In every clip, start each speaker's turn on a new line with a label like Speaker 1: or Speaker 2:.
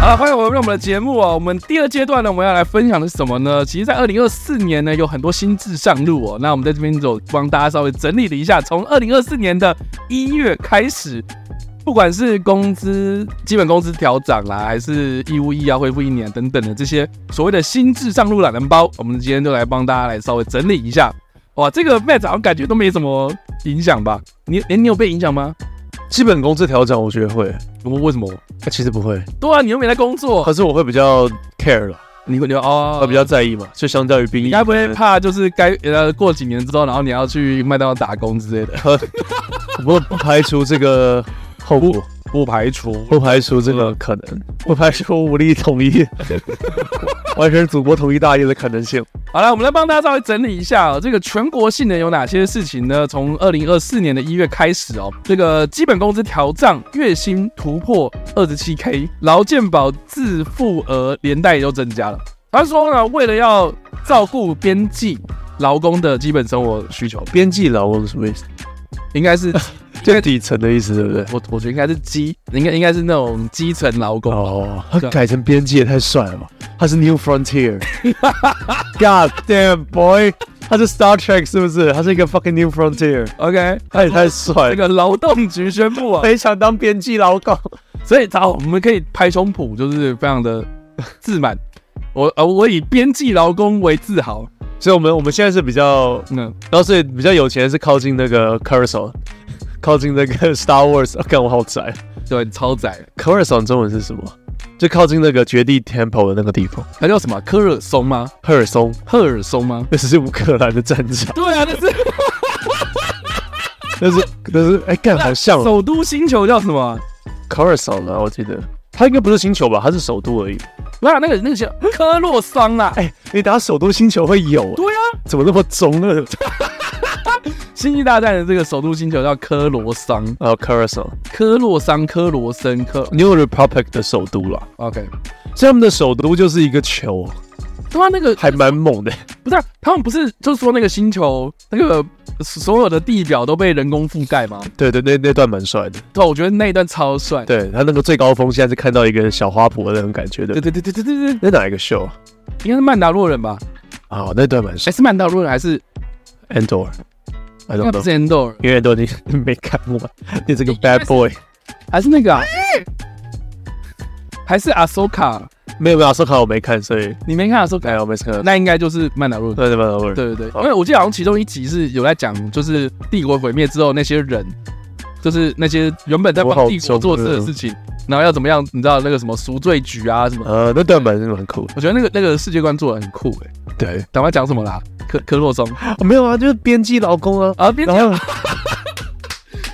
Speaker 1: 啊，欢迎我们我们的节目啊！我们第二阶段呢，我们要来分享的是什么呢？其实，在二零二四年呢，有很多新制上路哦。那我们在这边走，帮大家稍微整理了一下，从二零二四年的一月开始，不管是工资、基本工资调涨啦，还是义务役啊要恢复一年等等的这些所谓的新制上路懒人包，我们今天就来帮大家来稍微整理一下。哇，这个 Matt 好像感觉都没什么影响吧？你哎、你有被影响吗？
Speaker 2: 基本工资调整，我觉得会，
Speaker 1: 我为什么？
Speaker 2: 哎其实不会，
Speaker 1: 对啊，你又没在工作，
Speaker 2: 可是我会比较 care 了，
Speaker 1: 你会觉得哦，
Speaker 2: 我比较在意嘛，就相较于兵
Speaker 1: 你
Speaker 2: 役，
Speaker 1: 该不会怕就是该呃过几年之后，然后你要去麦当劳打工之类的？
Speaker 2: 我不不排除这个 后果，
Speaker 1: 不排除
Speaker 2: 不排除这个可能，不排除武力统 一，完成祖国统一大业的可能性。
Speaker 1: 好了，我们来帮大家稍微整理一下哦，这个全国性的有哪些事情呢？从二零二四年的一月开始哦，这个基本工资调涨，月薪突破二十七 K，劳健保自付额连带也就增加了。他说呢，为了要照顾边际劳工的基本生活需求，
Speaker 2: 边际劳工是什么意思？
Speaker 1: 应该是
Speaker 2: 就底层的意思，对不对？
Speaker 1: 我我觉得应该是基，应该应该是那种基层劳工。
Speaker 2: 哦，他改成边际也太帅了吧！他是 New Frontier ，God damn boy，他是 Star Trek 是不是？他是一个 fucking New Frontier，
Speaker 1: OK，
Speaker 2: 他也太
Speaker 1: 这
Speaker 2: 帅了，
Speaker 1: 个劳动局宣布啊，
Speaker 2: 非常当边际劳工。
Speaker 1: 所以好，我们可以拍胸脯，就是非常的 自满。我呃，我以边际劳工为自豪。
Speaker 2: 所以我们我们现在是比较，
Speaker 1: 嗯，
Speaker 2: 然后所以比较有钱的是靠近那个 Cursor，靠近那个 Star Wars，啊，干我好宅。
Speaker 1: 对，超载，
Speaker 2: Cursor 中文是什么？就靠近那个绝地 Temple 的那个地方，
Speaker 1: 那叫什么？科尔松吗？
Speaker 2: 赫尔松，
Speaker 1: 赫尔松吗？
Speaker 2: 那是乌克兰的战场，
Speaker 1: 对啊，那是
Speaker 2: 那是那是哎干好像哦
Speaker 1: 首都星球叫什么啊？
Speaker 2: Cursor 啊，我记得它应该不是星球吧，它是首都而已。
Speaker 1: 不是啊那个那个叫科洛桑啊啦。
Speaker 2: 哎，你打首都星球会有，
Speaker 1: 对啊，
Speaker 2: 怎么那么中 呢？
Speaker 1: 星际大战的这个首都星球叫科罗桑，
Speaker 2: 啊 Cursor
Speaker 1: 科洛桑、科罗森、科
Speaker 2: New Republic 的首都啦，
Speaker 1: OK。
Speaker 2: 所以他们的首都就是一个球，
Speaker 1: 对啊，那个
Speaker 2: 还蛮猛的。
Speaker 1: 不是、啊、他们不是就说那个星球那个所有的地表都被人工覆盖吗？
Speaker 2: 对对，那那段蛮帅的。
Speaker 1: 对，啊我觉得那一段超帅。
Speaker 2: 对他那个最高峰，现在是看到一个小花圃的那种感觉的
Speaker 1: 对。对对对对对对，
Speaker 2: 那哪一个秀啊？
Speaker 1: 应该是曼达洛人吧？
Speaker 2: 哦那段蛮
Speaker 1: 哎、
Speaker 2: 帅。
Speaker 1: 是曼达洛人还是
Speaker 2: 哎 Andor，I
Speaker 1: 那
Speaker 2: don't
Speaker 1: 不
Speaker 2: know，
Speaker 1: 是 Endor，
Speaker 2: 因为都已经没看过。啊 你这个
Speaker 1: 应该是
Speaker 2: bad boy，
Speaker 1: 还是那个、啊？还是阿索卡？
Speaker 2: 没有没有，阿斯卡我没看，所以
Speaker 1: 你没看阿索卡？
Speaker 2: 哎，我没看。
Speaker 1: 那应该就是曼达洛人。
Speaker 2: 那那蛮好玩。
Speaker 1: 对对对，
Speaker 2: 好
Speaker 1: 因为我记得好像其中一集是有在讲，就是帝国毁灭之后那些人，就是那些原本在
Speaker 2: 我好
Speaker 1: 帮帝国
Speaker 2: 中
Speaker 1: 做事的事情，然后要怎么样？你知道那个什么赎罪局啊什么？
Speaker 2: 呃，那段蛮蛮酷的。
Speaker 1: 我觉得那个那个世界观做的很酷哎、欸。
Speaker 2: 对，
Speaker 1: 赶快讲什么啦？科科洛松
Speaker 2: 哦没有啊，就是编辑老公 啊。
Speaker 1: 啊， 边
Speaker 2: 然后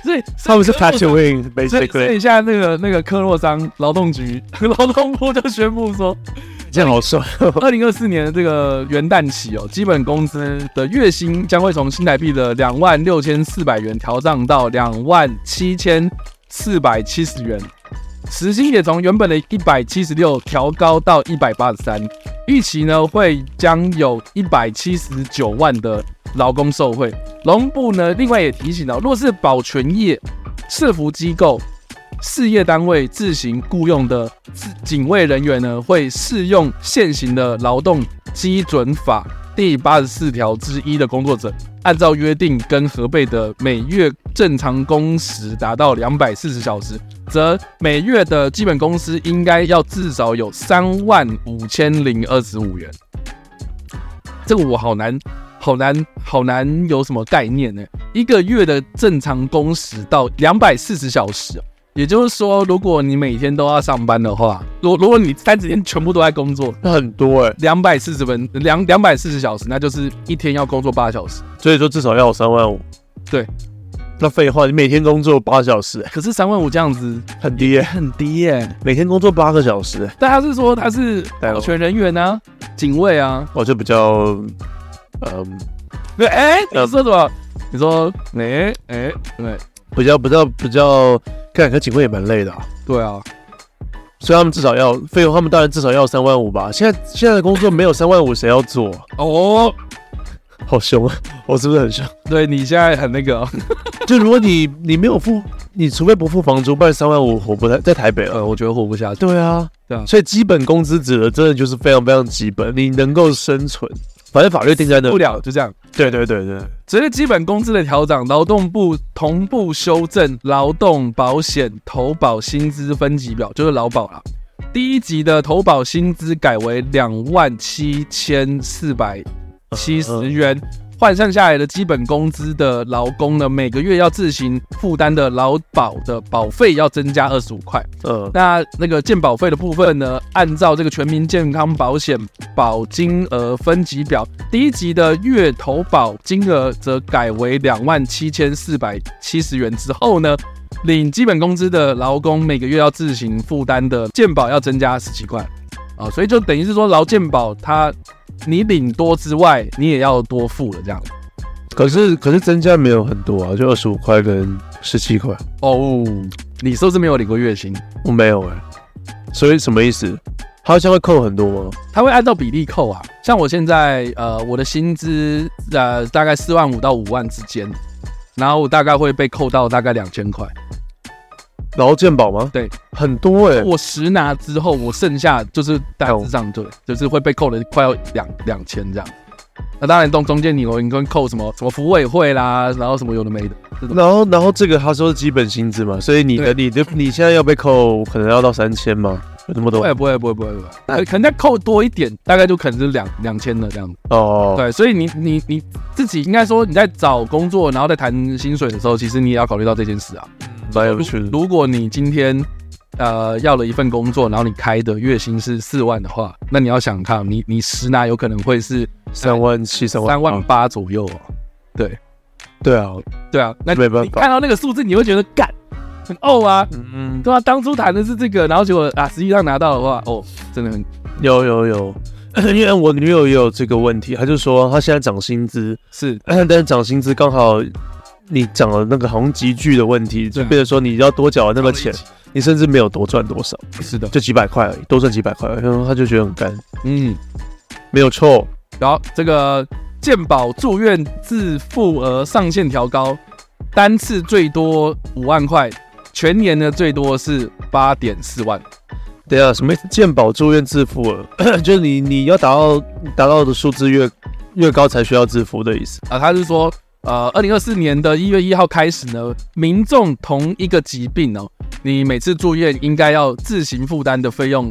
Speaker 1: 所以
Speaker 2: 他们是 p a
Speaker 1: 所以
Speaker 2: t c h w i n g
Speaker 1: 所以所
Speaker 2: basically，
Speaker 1: 以现在那个那个科洛桑劳动局 劳动部就宣布 说，
Speaker 2: 这样好帅。
Speaker 1: 二零二四年的这个元旦起哦，基本工资的月薪将会从新台币的两万六千四百元调涨到两万七千四百七十元，时薪也从原本的一百七十六调高到一百八十三，预期呢会将有一百七十九万的劳工受惠。劳动部呢另外也提醒哦，若是保全业、社服机构。事业单位自行雇佣的自警卫人员呢，会适用现行的劳动基准法第八十四条之一的工作者，按照约定跟核备的每月正常工时达到两百四十小时，则每月的基本工资应该要至少有三万五千零二十五元。这个我好难，好难，好难有什么概念呢？一个月的正常工时到两百四十小时哦，也就是说，如果你每天都要上班的话，如如果你三十天全部都在工作，
Speaker 2: 那很多哎，
Speaker 1: 两百四十分两两百四十小时，那就是一天要工作八小时。
Speaker 2: 所以说至少要有三万五。
Speaker 1: 对，
Speaker 2: 那废话，你每天工作八小时，
Speaker 1: 可是三万五这样子
Speaker 2: 很低耶，
Speaker 1: 很低耶、
Speaker 2: 每天工作八个小时，
Speaker 1: 但他是说他是
Speaker 2: 哦
Speaker 1: 保全人员啊，警卫啊。
Speaker 2: 我就比较，嗯，
Speaker 1: 对，哎、你
Speaker 2: 呃
Speaker 1: 说什么？你说，哎、哎、对
Speaker 2: 比较比较比较，看，可警卫也蛮累的、啊，
Speaker 1: 对啊，
Speaker 2: 所以他们至少要费用，他们当然至少要三万五吧。现在现在的工作没有三万五谁要做？
Speaker 1: 哦，
Speaker 2: 好凶啊！我是不是很凶？
Speaker 1: 对你现在很那个哦、
Speaker 2: 就如果你你没有付，你除非不付房租，不然三万五我不太在台北了。
Speaker 1: 呃，我觉得活不下去。
Speaker 2: 对啊，
Speaker 1: 对啊
Speaker 2: 所以基本工资指的真的就是非常非常基本，你能够生存，反正法律定在那。
Speaker 1: 不了，就这样。
Speaker 2: 对对对对，
Speaker 1: 随着基本工资的调整，劳动部同步修正劳动保险投保薪资分级表，就是劳保啦。第一级的投保薪资改为两万七千四百七十元，换算下来的基本工资的劳工呢，每个月要自行负担的劳保的保费要增加二十五块。
Speaker 2: 嗯
Speaker 1: 那那个健保费的部分呢，按照这个全民健康保险保金额分级表，第一级的月投保金额则改为两万七千四百七十元之后呢，领基本工资的劳工每个月要自行负担的健保要增加十七块啊，所以就等于是说劳健保它你领多之外，你也要多付了这样。
Speaker 2: 可是可是增加没有很多啊，就二十五块跟十七块，
Speaker 1: 哦，你是不是没有领过月薪？
Speaker 2: 我没有哎、所以什么意思？他好像会扣很多吗？
Speaker 1: 它会按照比例扣啊。像我现在呃，我的薪资呃大概四万五到五万之间，然后我大概会被扣到大概两千块。
Speaker 2: 然后健保吗？
Speaker 1: 对，
Speaker 2: 很多哎、
Speaker 1: 我实拿之后，我剩下就是大致上对，就是会被扣的快要两两千这样。那当然中中间你有你跟扣什么什么服委会啦，然后什么有的没的这种。
Speaker 2: 然后，然后这个他说是基本薪资嘛，所以你的你的你现在要被扣，可能要到三千吗？有这么
Speaker 1: 不
Speaker 2: 多
Speaker 1: 会？不会不会不会不会，那可能再扣多一点，大概就可能是两两千了这样子。
Speaker 2: 哦，
Speaker 1: 对，所以你你你自己应该说你在找工作，然后在谈薪水的时候，其实你也要考虑到这件事啊。
Speaker 2: 蛮有
Speaker 1: 如
Speaker 2: 趣的。
Speaker 1: 如果你今天呃要了一份工作，然后你开的月薪是四万的话，那你要想看，你你实拿有可能会是
Speaker 2: 三万七、三万
Speaker 1: 三万
Speaker 2: 八，
Speaker 1: 八左右哦。对
Speaker 2: 对啊，
Speaker 1: 对啊，那
Speaker 2: 没办法
Speaker 1: 你看到那个数字，你会觉得干很哦啊，
Speaker 2: 嗯，
Speaker 1: 对啊，当初谈的是这个，然后结果啊，实际上拿到的话，哦，真的很
Speaker 2: 有有有， 因为我女友也有这个问题，她就说她现在涨薪资，
Speaker 1: 是
Speaker 2: 但是涨薪资刚好你讲了那个好像集聚的问题，就
Speaker 1: 对啊
Speaker 2: 变成说你要多缴了那个钱，你甚至没有多赚多少，
Speaker 1: 是的，
Speaker 2: 就几百块而已，多赚几百块而已，然后她就觉得很干，
Speaker 1: 嗯，
Speaker 2: 没有错，
Speaker 1: 然后这个健保住院自付额上限调高，单次最多五万块，全年呢最多是八点四万。
Speaker 2: 对啊，什么意思健保住院自付额， 就是你你要达到达到的数字越越高才需要自付的意思。
Speaker 1: 啊，他是说，呃，二零二四年的一月一号开始呢，民众同一个疾病哦，你每次住院应该要自行负担的费用，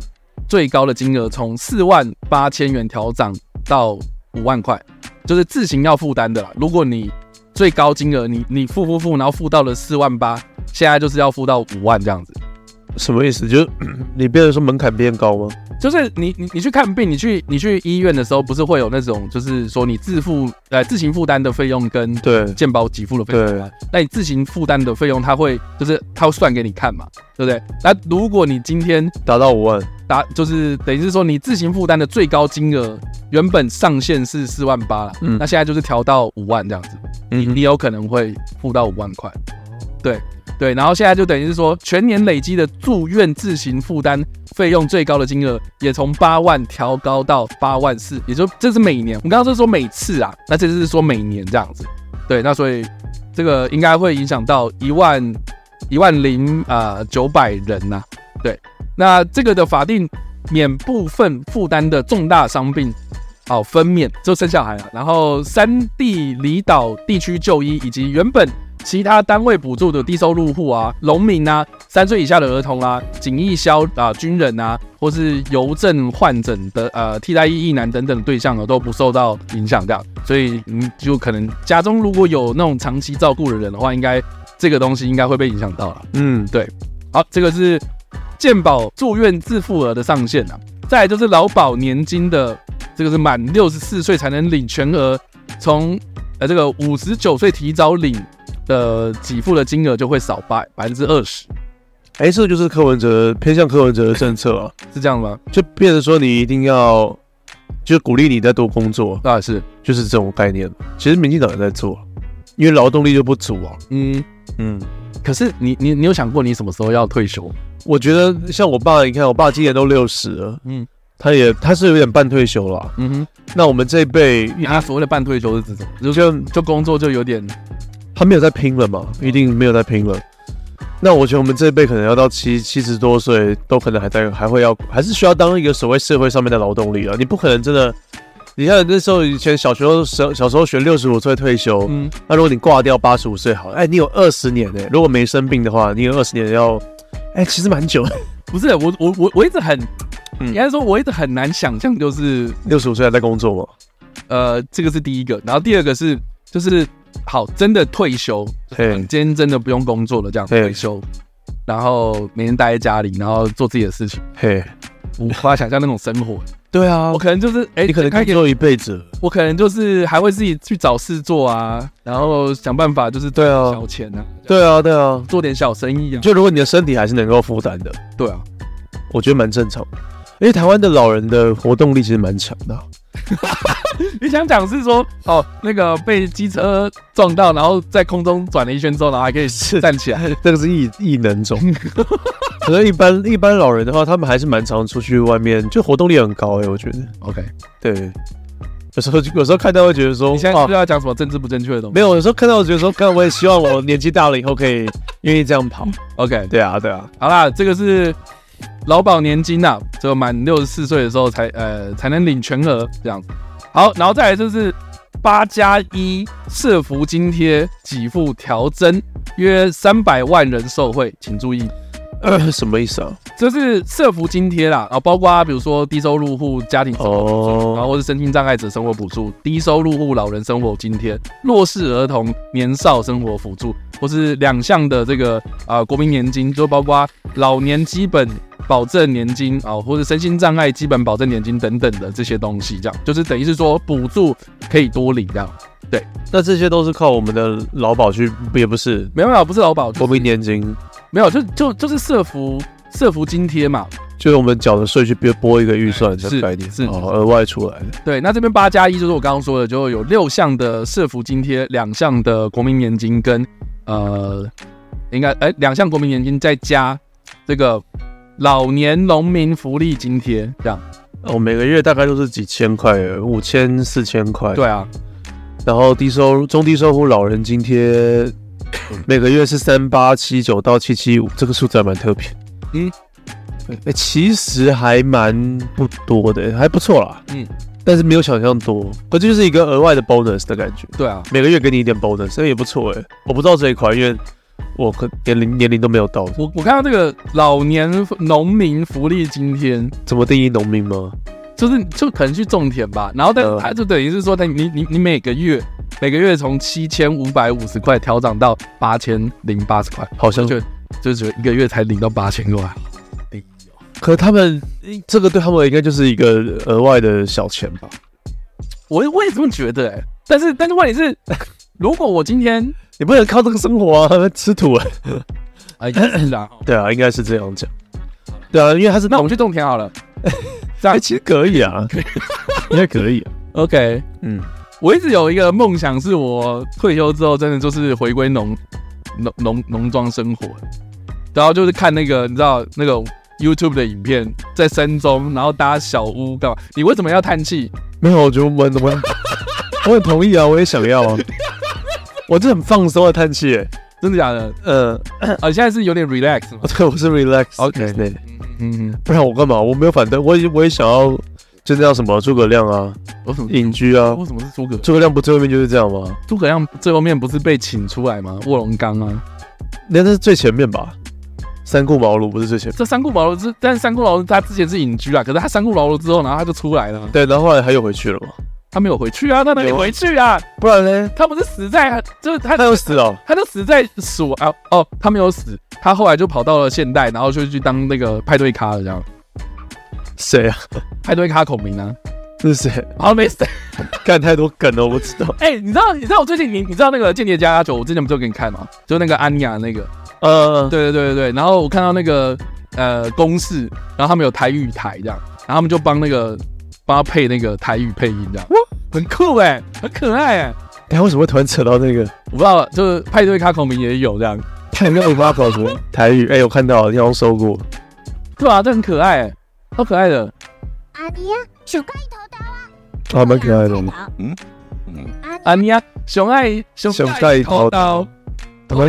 Speaker 1: 最高的金额从四万八千元调涨到五万块，就是自行要负担的啦。如果你最高金额你你付付付，然后付到了四万八，现在就是要付到五万这样子。
Speaker 2: 什么意思？就是 你变成说门槛变高吗？
Speaker 1: 就是你你你去看病，你去你去医院的时候，不是会有那种就是说你自付呃自行负担的费用跟
Speaker 2: 对
Speaker 1: 健保给付的费用
Speaker 2: 对，
Speaker 1: 那你自行负担的费用，他会就是他会算给你看嘛，对不对？那如果你今天
Speaker 2: 达到五万，
Speaker 1: 达就是等于是说你自行负担的最高金额，原本上限是四万八啦，
Speaker 2: 嗯
Speaker 1: 那现在就是调到五万这样子，
Speaker 2: 嗯
Speaker 1: 你有可能会付到五万块，对对，然后现在就等于是说全年累积的住院自行负担费用最高的金额也从八万调高到八万四，也就这是每年，我们刚刚是说每次啊，那这次是说每年这样子，对，那所以这个应该会影响到一万一万零啊九百人呐、对，那这个的法定免部分负担的重大伤病。哦，分娩就生小孩了，然后山地离岛地区就医，以及原本其他单位补助的低收入户啊、农民啊、三岁以下的儿童啊、警役消啊、军人啊，或是邮政患诊的呃替代役役男等等的对象呢，都不受到影响掉。所以你就可能家中如果有那种长期照顾的人的话，应该这个东西应该会被影响到了。
Speaker 2: 嗯，
Speaker 1: 好，这个是健保住院自付额的上限啊。再来就是劳保年金的，这个是满六十四岁才能领全额，从呃这个五十九岁提早领的给付的金额就会少百百分之二十，
Speaker 2: 哎，这个就是柯文哲偏向柯文哲的政策啊，
Speaker 1: 是这样吗？
Speaker 2: 就变成说你一定要就鼓励你再多工作，
Speaker 1: 啊，是，
Speaker 2: 就是这种概念。其实民进党也在做，因为劳动力就不足啊。
Speaker 1: 嗯。
Speaker 2: 嗯，
Speaker 1: 可是你你你有想过你什么时候要退休？
Speaker 2: 我觉得像我爸，你看我爸今年都六十了，
Speaker 1: 嗯
Speaker 2: 嗯，他也他是有点半退休了啊。
Speaker 1: 嗯哼，
Speaker 2: 那我们这一辈
Speaker 1: 他啊所谓的半退休是指什么？就
Speaker 2: 就
Speaker 1: 就工作就有点
Speaker 2: 他没有在拼了嘛，一定没有在拼了。那我觉得我们这一辈可能要到七七十多岁，都可能还在还会要还是需要当一个所谓社会上面的劳动力啊。你不可能真的，你看那时候以前小学小小时候学六十五岁退休，
Speaker 1: 嗯
Speaker 2: 那如果你挂掉八十五岁好了，哎，你有二十年呢、如果没生病的话，你有二十年要，哎，其实蛮久的，
Speaker 1: 不是我我我我一直很，
Speaker 2: 嗯
Speaker 1: 应该说我一直很难想象，就是
Speaker 2: 六十五岁还在工作嘛？
Speaker 1: 呃，这个是第一个，然后第二个是就是好，真的退休，
Speaker 2: 嘿
Speaker 1: 你，今天真的不用工作了，这样
Speaker 2: 对
Speaker 1: 退休，然后每天待在家里，然后做自己的事情，
Speaker 2: 嘿，
Speaker 1: 我无法想象那种生活。
Speaker 2: 对啊
Speaker 1: 我，可能就是哎，
Speaker 2: 你可能
Speaker 1: 开
Speaker 2: 工
Speaker 1: 给
Speaker 2: 作一辈子，
Speaker 1: 我可能就是还会自己去找事做啊，然后想办法就是
Speaker 2: 对啊
Speaker 1: 小钱啊，
Speaker 2: 对啊，对啊，
Speaker 1: 做点小生意啊，
Speaker 2: 就如果你的身体还是能够负担的，
Speaker 1: 对啊，
Speaker 2: 我觉得蛮正常。因为台湾的老人的活动力其实蛮强的啊，
Speaker 1: 你想讲是说，哦，那个被机车撞到，然后在空中转了一圈之后，然后还可以站起 来。
Speaker 2: 这个是异异能 种。可能一般一般老人的话，他们还是蛮常出去外面，就活动力很高哎、我觉得。
Speaker 1: OK，
Speaker 2: 对，有时候有时候看到会觉得说，
Speaker 1: 你现在
Speaker 2: 哇
Speaker 1: 是不是要讲什么政治不正确的东西？
Speaker 2: 没有，有时候看到我觉得说，看我也希望我年纪大了以后可以愿意这样 跑。
Speaker 1: OK，
Speaker 2: 对啊，对啊，
Speaker 1: 好啦，这个是劳保年金呐、啊，只有满六十四岁的时候才呃才能领全额这样子。好，然后再来就是八加一社福津贴给付调增，约三百万人受惠，请注意。
Speaker 2: 呃，什么意思啊？
Speaker 1: 这是社福津贴啦，啊，包括比如说低收入户家庭然
Speaker 2: 哦，
Speaker 1: 后或是身心障碍者生活补助、低收入户老人生活津贴、弱势儿童年少生活辅助，或是两项的这个啊、呃国民年金，就包括老年基本保证年金啊、或是身心障碍基本保证年金等等的这些东西，这样就是等于是说补助可以多领这样。
Speaker 2: 那这些都是靠我们的劳保去，也不是
Speaker 1: 没有啦，不是劳保，
Speaker 2: 国民年金，
Speaker 1: 没有，就就就是社福社福津贴嘛。
Speaker 2: 就是我们缴的税去拨拨一个预算的概念，
Speaker 1: 是是
Speaker 2: 哦，额外出来的。
Speaker 1: 对，那这边八加一就是我刚刚说的，就有六项的社福津贴，两项的国民年金跟呃，应该哎两项国民年金再加这个老年农民福利津贴，这样
Speaker 2: 哦，每个月大概都是几千块，五千、四千块。
Speaker 1: 对，啊，
Speaker 2: 然后低收入、中低收入老人津贴。每个月是三八七九到七七五，这个数字还蛮特别。
Speaker 1: 嗯
Speaker 2: 对，哎、其实还蛮不多的，还不错啦。
Speaker 1: 嗯，
Speaker 2: 但是没有想象多，可这就是一个额外的 bonus 的感觉，
Speaker 1: 对啊，
Speaker 2: 每个月给你一点 bonus，这也不错哎。我不知道这一块，因为我可年龄年龄都没有到，
Speaker 1: 我我看到这个老年农民福利津贴，
Speaker 2: 怎么定义农民吗？
Speaker 1: 就是就可能去种田吧，然后但
Speaker 2: 嗯
Speaker 1: 它就等于是说，但你你你每个月每个月从七千五百五十块调涨到八千零八十块，
Speaker 2: 好像
Speaker 1: 就就觉得一个月才领到八千啊块。
Speaker 2: 可他们这个对他们应该就是一个额外的小钱吧？
Speaker 1: 我我也这么觉得、欸，但是但是问题 是，如果我今天
Speaker 2: 你不能靠这个生活啊， 吃土啊。
Speaker 1: 哎， 然后
Speaker 2: 对啊，应该是这样讲。对啊，因为他是
Speaker 1: 那我们去种田好了。
Speaker 2: 哎、其实可以 啊，应该可以、啊。
Speaker 1: OK，
Speaker 2: 嗯，
Speaker 1: 我一直有一个梦想，是我退休之后真的就是回归农农农农庄生活，然后就是看那个你知道那种 YouTube 的影片，在山中，然后搭小屋干嘛？你为什么要叹气？
Speaker 2: 没有，我觉得我们我们 我很同意啊，我也想要啊。我这很放松的叹气、欸，
Speaker 1: 真的假的？
Speaker 2: 呃，
Speaker 1: 啊，你现在是有点 relax 吗？
Speaker 2: 对，我是 relax。
Speaker 1: OK
Speaker 2: 对，
Speaker 1: 嗯，
Speaker 2: 不然我干嘛？我没有反对，我也我也想要，就那叫什么诸葛亮啊，
Speaker 1: 我怎么？
Speaker 2: 隐居啊。
Speaker 1: 为什么是诸葛？
Speaker 2: 诸葛亮不最后面就是这样吗？
Speaker 1: 诸葛亮最后面不是被请出来吗？卧龙岗啊，
Speaker 2: 那那是最前面吧？三顾茅庐不是最前面。
Speaker 1: 这三顾茅庐之，但是三顾茅庐他之前是隐居啊，可是他三顾茅庐之后，然后他就出来了，
Speaker 2: 对，然后后来他又回去了嘛，
Speaker 1: 他没有回去啊，他哪里
Speaker 2: 有
Speaker 1: 回去啊？
Speaker 2: 不然呢？
Speaker 1: 他不是死在，就是他
Speaker 2: 他又死了。
Speaker 1: 他就死在蜀啊，哦，他没有死，他后来就跑到了现代，然后就去当那个派对咖了，这样
Speaker 2: 谁啊？
Speaker 1: 派对咖孔明啊，
Speaker 2: 这是谁？
Speaker 1: 好像没死。
Speaker 2: 干太多梗了，我不知 道。
Speaker 1: 哎、你知道你知道我最近你你知道那个《间谍加加酒》，我之前不就给你看吗？就那个安雅那个，
Speaker 2: 呃，
Speaker 1: 对对对对对，然后我看到那个呃公式，然后他们有台语台这样，然后他们就帮那个帮他配那个台语配音这样，哇，很酷哎、很可爱哎、
Speaker 2: 他为什么会突然扯 到那个
Speaker 1: 我不知道，就是派对咖孔明也有这样，
Speaker 2: 太妙八宝什么台语？哎、我看到了，你好像搜过。
Speaker 1: 对啊，这很可爱、欸，超可爱的。
Speaker 3: 阿尼亚熊盖头刀啊，
Speaker 2: 啊，蛮可爱的，蛮
Speaker 3: 嗯，阿
Speaker 1: 安呀，啊熊爱熊
Speaker 2: 熊盖头
Speaker 1: 刀，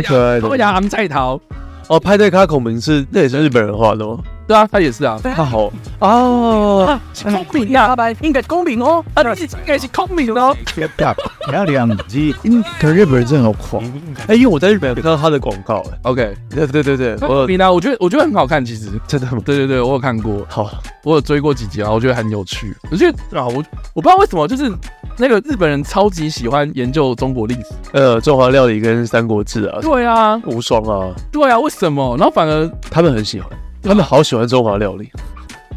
Speaker 2: 可爱
Speaker 1: 我
Speaker 2: 的。
Speaker 1: 讲安菜头，
Speaker 2: 哦，派对卡孔明是那也是日本人画的吗？
Speaker 1: 对啊，他也是啊。
Speaker 2: 他好哦，
Speaker 1: 公平呀，啊应该公平哦，啊，你应该是公平哦。
Speaker 4: 漂漂亮机，嗯，可日本人真的好狂，
Speaker 2: 哎，因为我在日本有看到他的广告，哎，
Speaker 1: OK，
Speaker 2: 对对对对，我
Speaker 1: 公
Speaker 2: 有
Speaker 1: 平啊，我觉得我觉得很好看，其实。
Speaker 2: 真的吗？
Speaker 1: 对对对，我有看过，
Speaker 2: 好，
Speaker 1: 我有追过几集啊，我觉得很有趣。我觉得啊，我我不知道为什么，就是那个日本人超级喜欢研究中国历史。
Speaker 2: 呃，中华料理跟三国志啊，
Speaker 1: 对啊，
Speaker 2: 无双啊，
Speaker 1: 对啊，为什么？然后反而
Speaker 2: 他们很喜欢，他们好喜欢中华料理，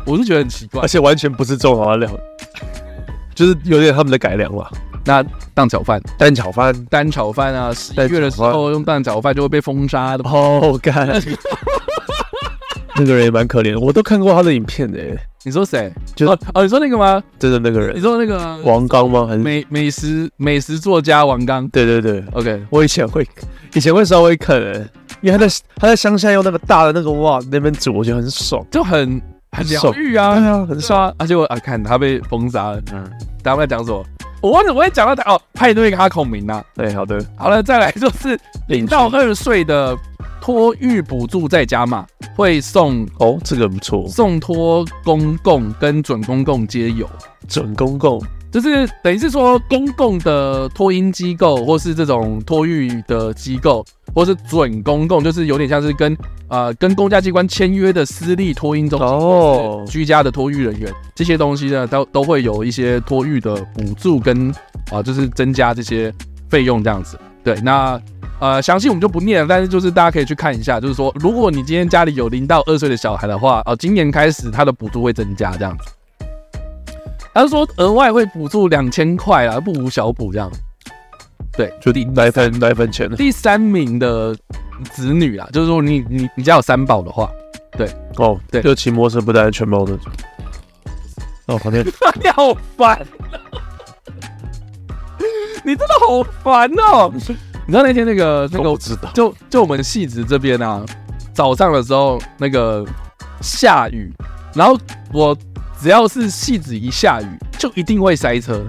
Speaker 1: 我是觉得很奇 怪
Speaker 2: 而。且完全不是中华料理，就是有点他们的改良了。
Speaker 1: 那蛋炒饭，
Speaker 2: 蛋炒饭，
Speaker 1: 蛋炒饭啊，十一月的时候用蛋炒饭就会被封杀的。
Speaker 2: 哦，干，那个人也蛮可怜，我都看过他的影片的，哎
Speaker 1: 你说谁？
Speaker 2: 就
Speaker 1: 哦哦，你说那个吗？
Speaker 2: 真的那个人
Speaker 1: 你，说那个
Speaker 2: 王刚吗？还是
Speaker 1: 美美食美食作家王刚
Speaker 2: 对对对，
Speaker 1: ？OK，
Speaker 2: 我以前会，以前会稍微啃、欸，因为他在他在乡下用那个大的那个哇那边煮，我觉得很爽。
Speaker 1: 就很很疗
Speaker 2: 爽
Speaker 1: 愈啊，
Speaker 2: 对啊很
Speaker 1: 是啊。而且我啊，看他被封杀了。
Speaker 2: 嗯，
Speaker 1: 他们在讲什么？我忘了，我也讲到他哦，派对他孔明啊。
Speaker 2: 对，哎好的，
Speaker 1: 好了，再来就是
Speaker 2: 领
Speaker 1: 到二岁的托育补助再加码，会送
Speaker 2: 哦，这个不错，
Speaker 1: 送托公共跟准公共皆有，
Speaker 2: 准公共
Speaker 1: 就是等于是说公共的托婴机构，或是这种托育的机构，或是准公共，就是有点像是跟呃跟公家机关签约的私立托婴中心。
Speaker 2: 哦，
Speaker 1: 居家的托育人员这些东西呢，都都会有一些托育的补助跟啊、就是增加这些费用这样子。对，那呃，详细我们就不念了，但是就是大家可以去看一下，就是说，如果你今天家里有零到二岁的小孩的话，啊、今年开始他的补助会增加这样子。他说额外会补助两千块啊，不无小补这样。
Speaker 2: 就奶粉奶粉钱
Speaker 1: 第三名的子女啊，就是说你你你家有三宝的话，
Speaker 2: 哦，
Speaker 1: 对
Speaker 2: 就骑摩托车不戴安全帽的。哦，旁边
Speaker 1: 你好烦、你真的好烦哦！你知道那天那个 那
Speaker 2: 我
Speaker 1: 个
Speaker 2: 不知道，
Speaker 1: 就就我们戏子这边啊，早上的时候那个下雨，然后我只要是戏子一下雨，就一定会塞车。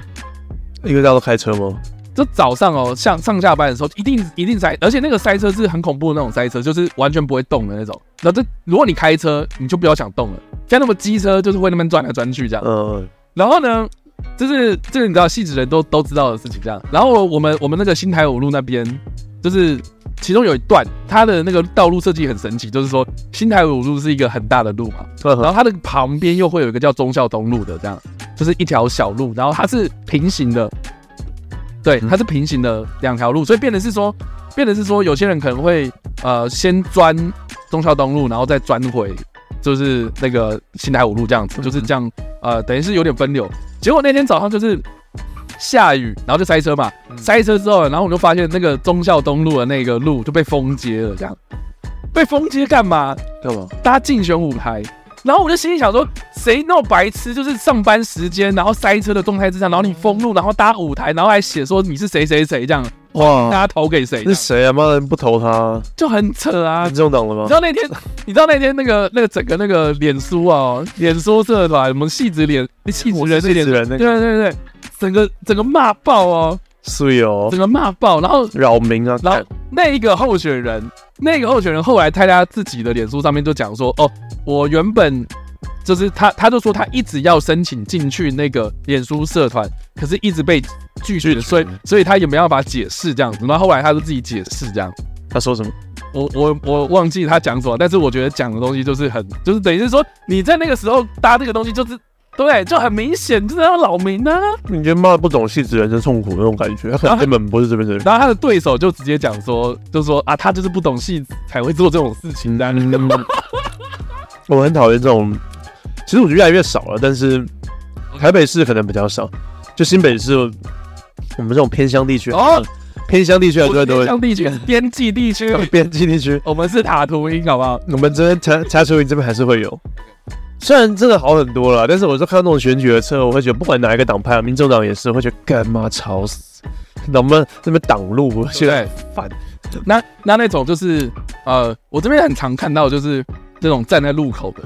Speaker 2: 因为大家都开车吗？
Speaker 1: 就早上哦，像上下班的时候，一定一定塞，而且那个塞车是很恐怖的那种塞车，就是完全不会动的那种。然后这如果你开车，你就不要想动了，像那么机车就是会那边转来转去这样。
Speaker 2: 嗯，
Speaker 1: 然后呢，就是这个你知道，戏子人都都知道的事情这样。然后我们我们那个新台五路那边，就是其中有一段，它的那个道路设计很神奇，就是说新台五路是一个很大的路嘛，
Speaker 2: 算
Speaker 1: 然后
Speaker 2: 很
Speaker 1: 它的旁边又会有一个叫忠孝东路的，这样就是一条小路，然后它是平行的，对，它是平行的两条路，所以变得是说，变得是说，有些人可能会呃先钻忠孝东路，然后再钻回就是那个新台五路这样子，就是这样，呃，等于是有点分流。结果那天早上就是下雨，然后就塞车嘛，塞车之后，然后我就发现那个忠孝东路的那个路就被封街了，这样被封街干嘛？
Speaker 2: 干嘛？
Speaker 1: 搭竞选舞台。然后我就心里想说，谁那么白痴，就是上班时间，然后塞车的状态之下，然后你封路，然后搭舞台，然后还写说你是谁谁谁这样，
Speaker 2: 哦
Speaker 1: 大
Speaker 2: 哇，
Speaker 1: 家投给谁，这
Speaker 2: 那
Speaker 1: 样
Speaker 2: 谁啊？妈的，不投他，
Speaker 1: 就很扯啊
Speaker 2: 民。众党的
Speaker 1: 你
Speaker 2: 吗
Speaker 1: 知？道那天，你知道那天那个那个整个那个脸书哦，脸书社团，我们戏子脸戏子人
Speaker 2: 我是戏
Speaker 1: 脸
Speaker 2: 子人那个
Speaker 1: 对对对，整个整个骂爆哦，
Speaker 2: 是哦，
Speaker 1: 整个骂爆，然后
Speaker 2: 扰民啊，
Speaker 1: 然
Speaker 2: 干
Speaker 1: 后那一个候选人，那个候选人后来在他自己的脸书上面就讲说，哦，我原本就是他，他就说他一直要申请进去那个脸书社团，可是一直被拒绝，所以所以他也没办法解释这样子。然后后来他就自己解释这样，
Speaker 2: 他说什么？
Speaker 1: 我我我忘记他讲什么，但是我觉得讲的东西就是很，就是等于是说你在那个时候搭这个东西就是。对，就很明显，就是要扰民啊。
Speaker 2: 你觉得妈的不懂戏子人真痛苦那种感觉，他可能根本不是这边的人。
Speaker 1: 然后他的对手就直接讲说，就说啊，他就是不懂戏才会做这种事情的、
Speaker 2: 我很讨厌这种，其实我觉得越来越少了，但是台北市可能比较少，就新北市，我们这种偏乡地区，啊
Speaker 1: 哦
Speaker 2: 偏乡地区来说都会
Speaker 1: 像地区、边际地区，
Speaker 2: 边境地区，
Speaker 1: 我们是塔图音，好不好？
Speaker 2: 我们这边查查球营这边还是会有。虽然真的好很多了，但是我就看到那种选举的车，我会觉得不管哪一个党派，啊民众党也是，会觉得干妈吵死，那么那边挡路，我现在烦。
Speaker 1: 那那那种就是呃，我这边很常看到就是这种站在路口的，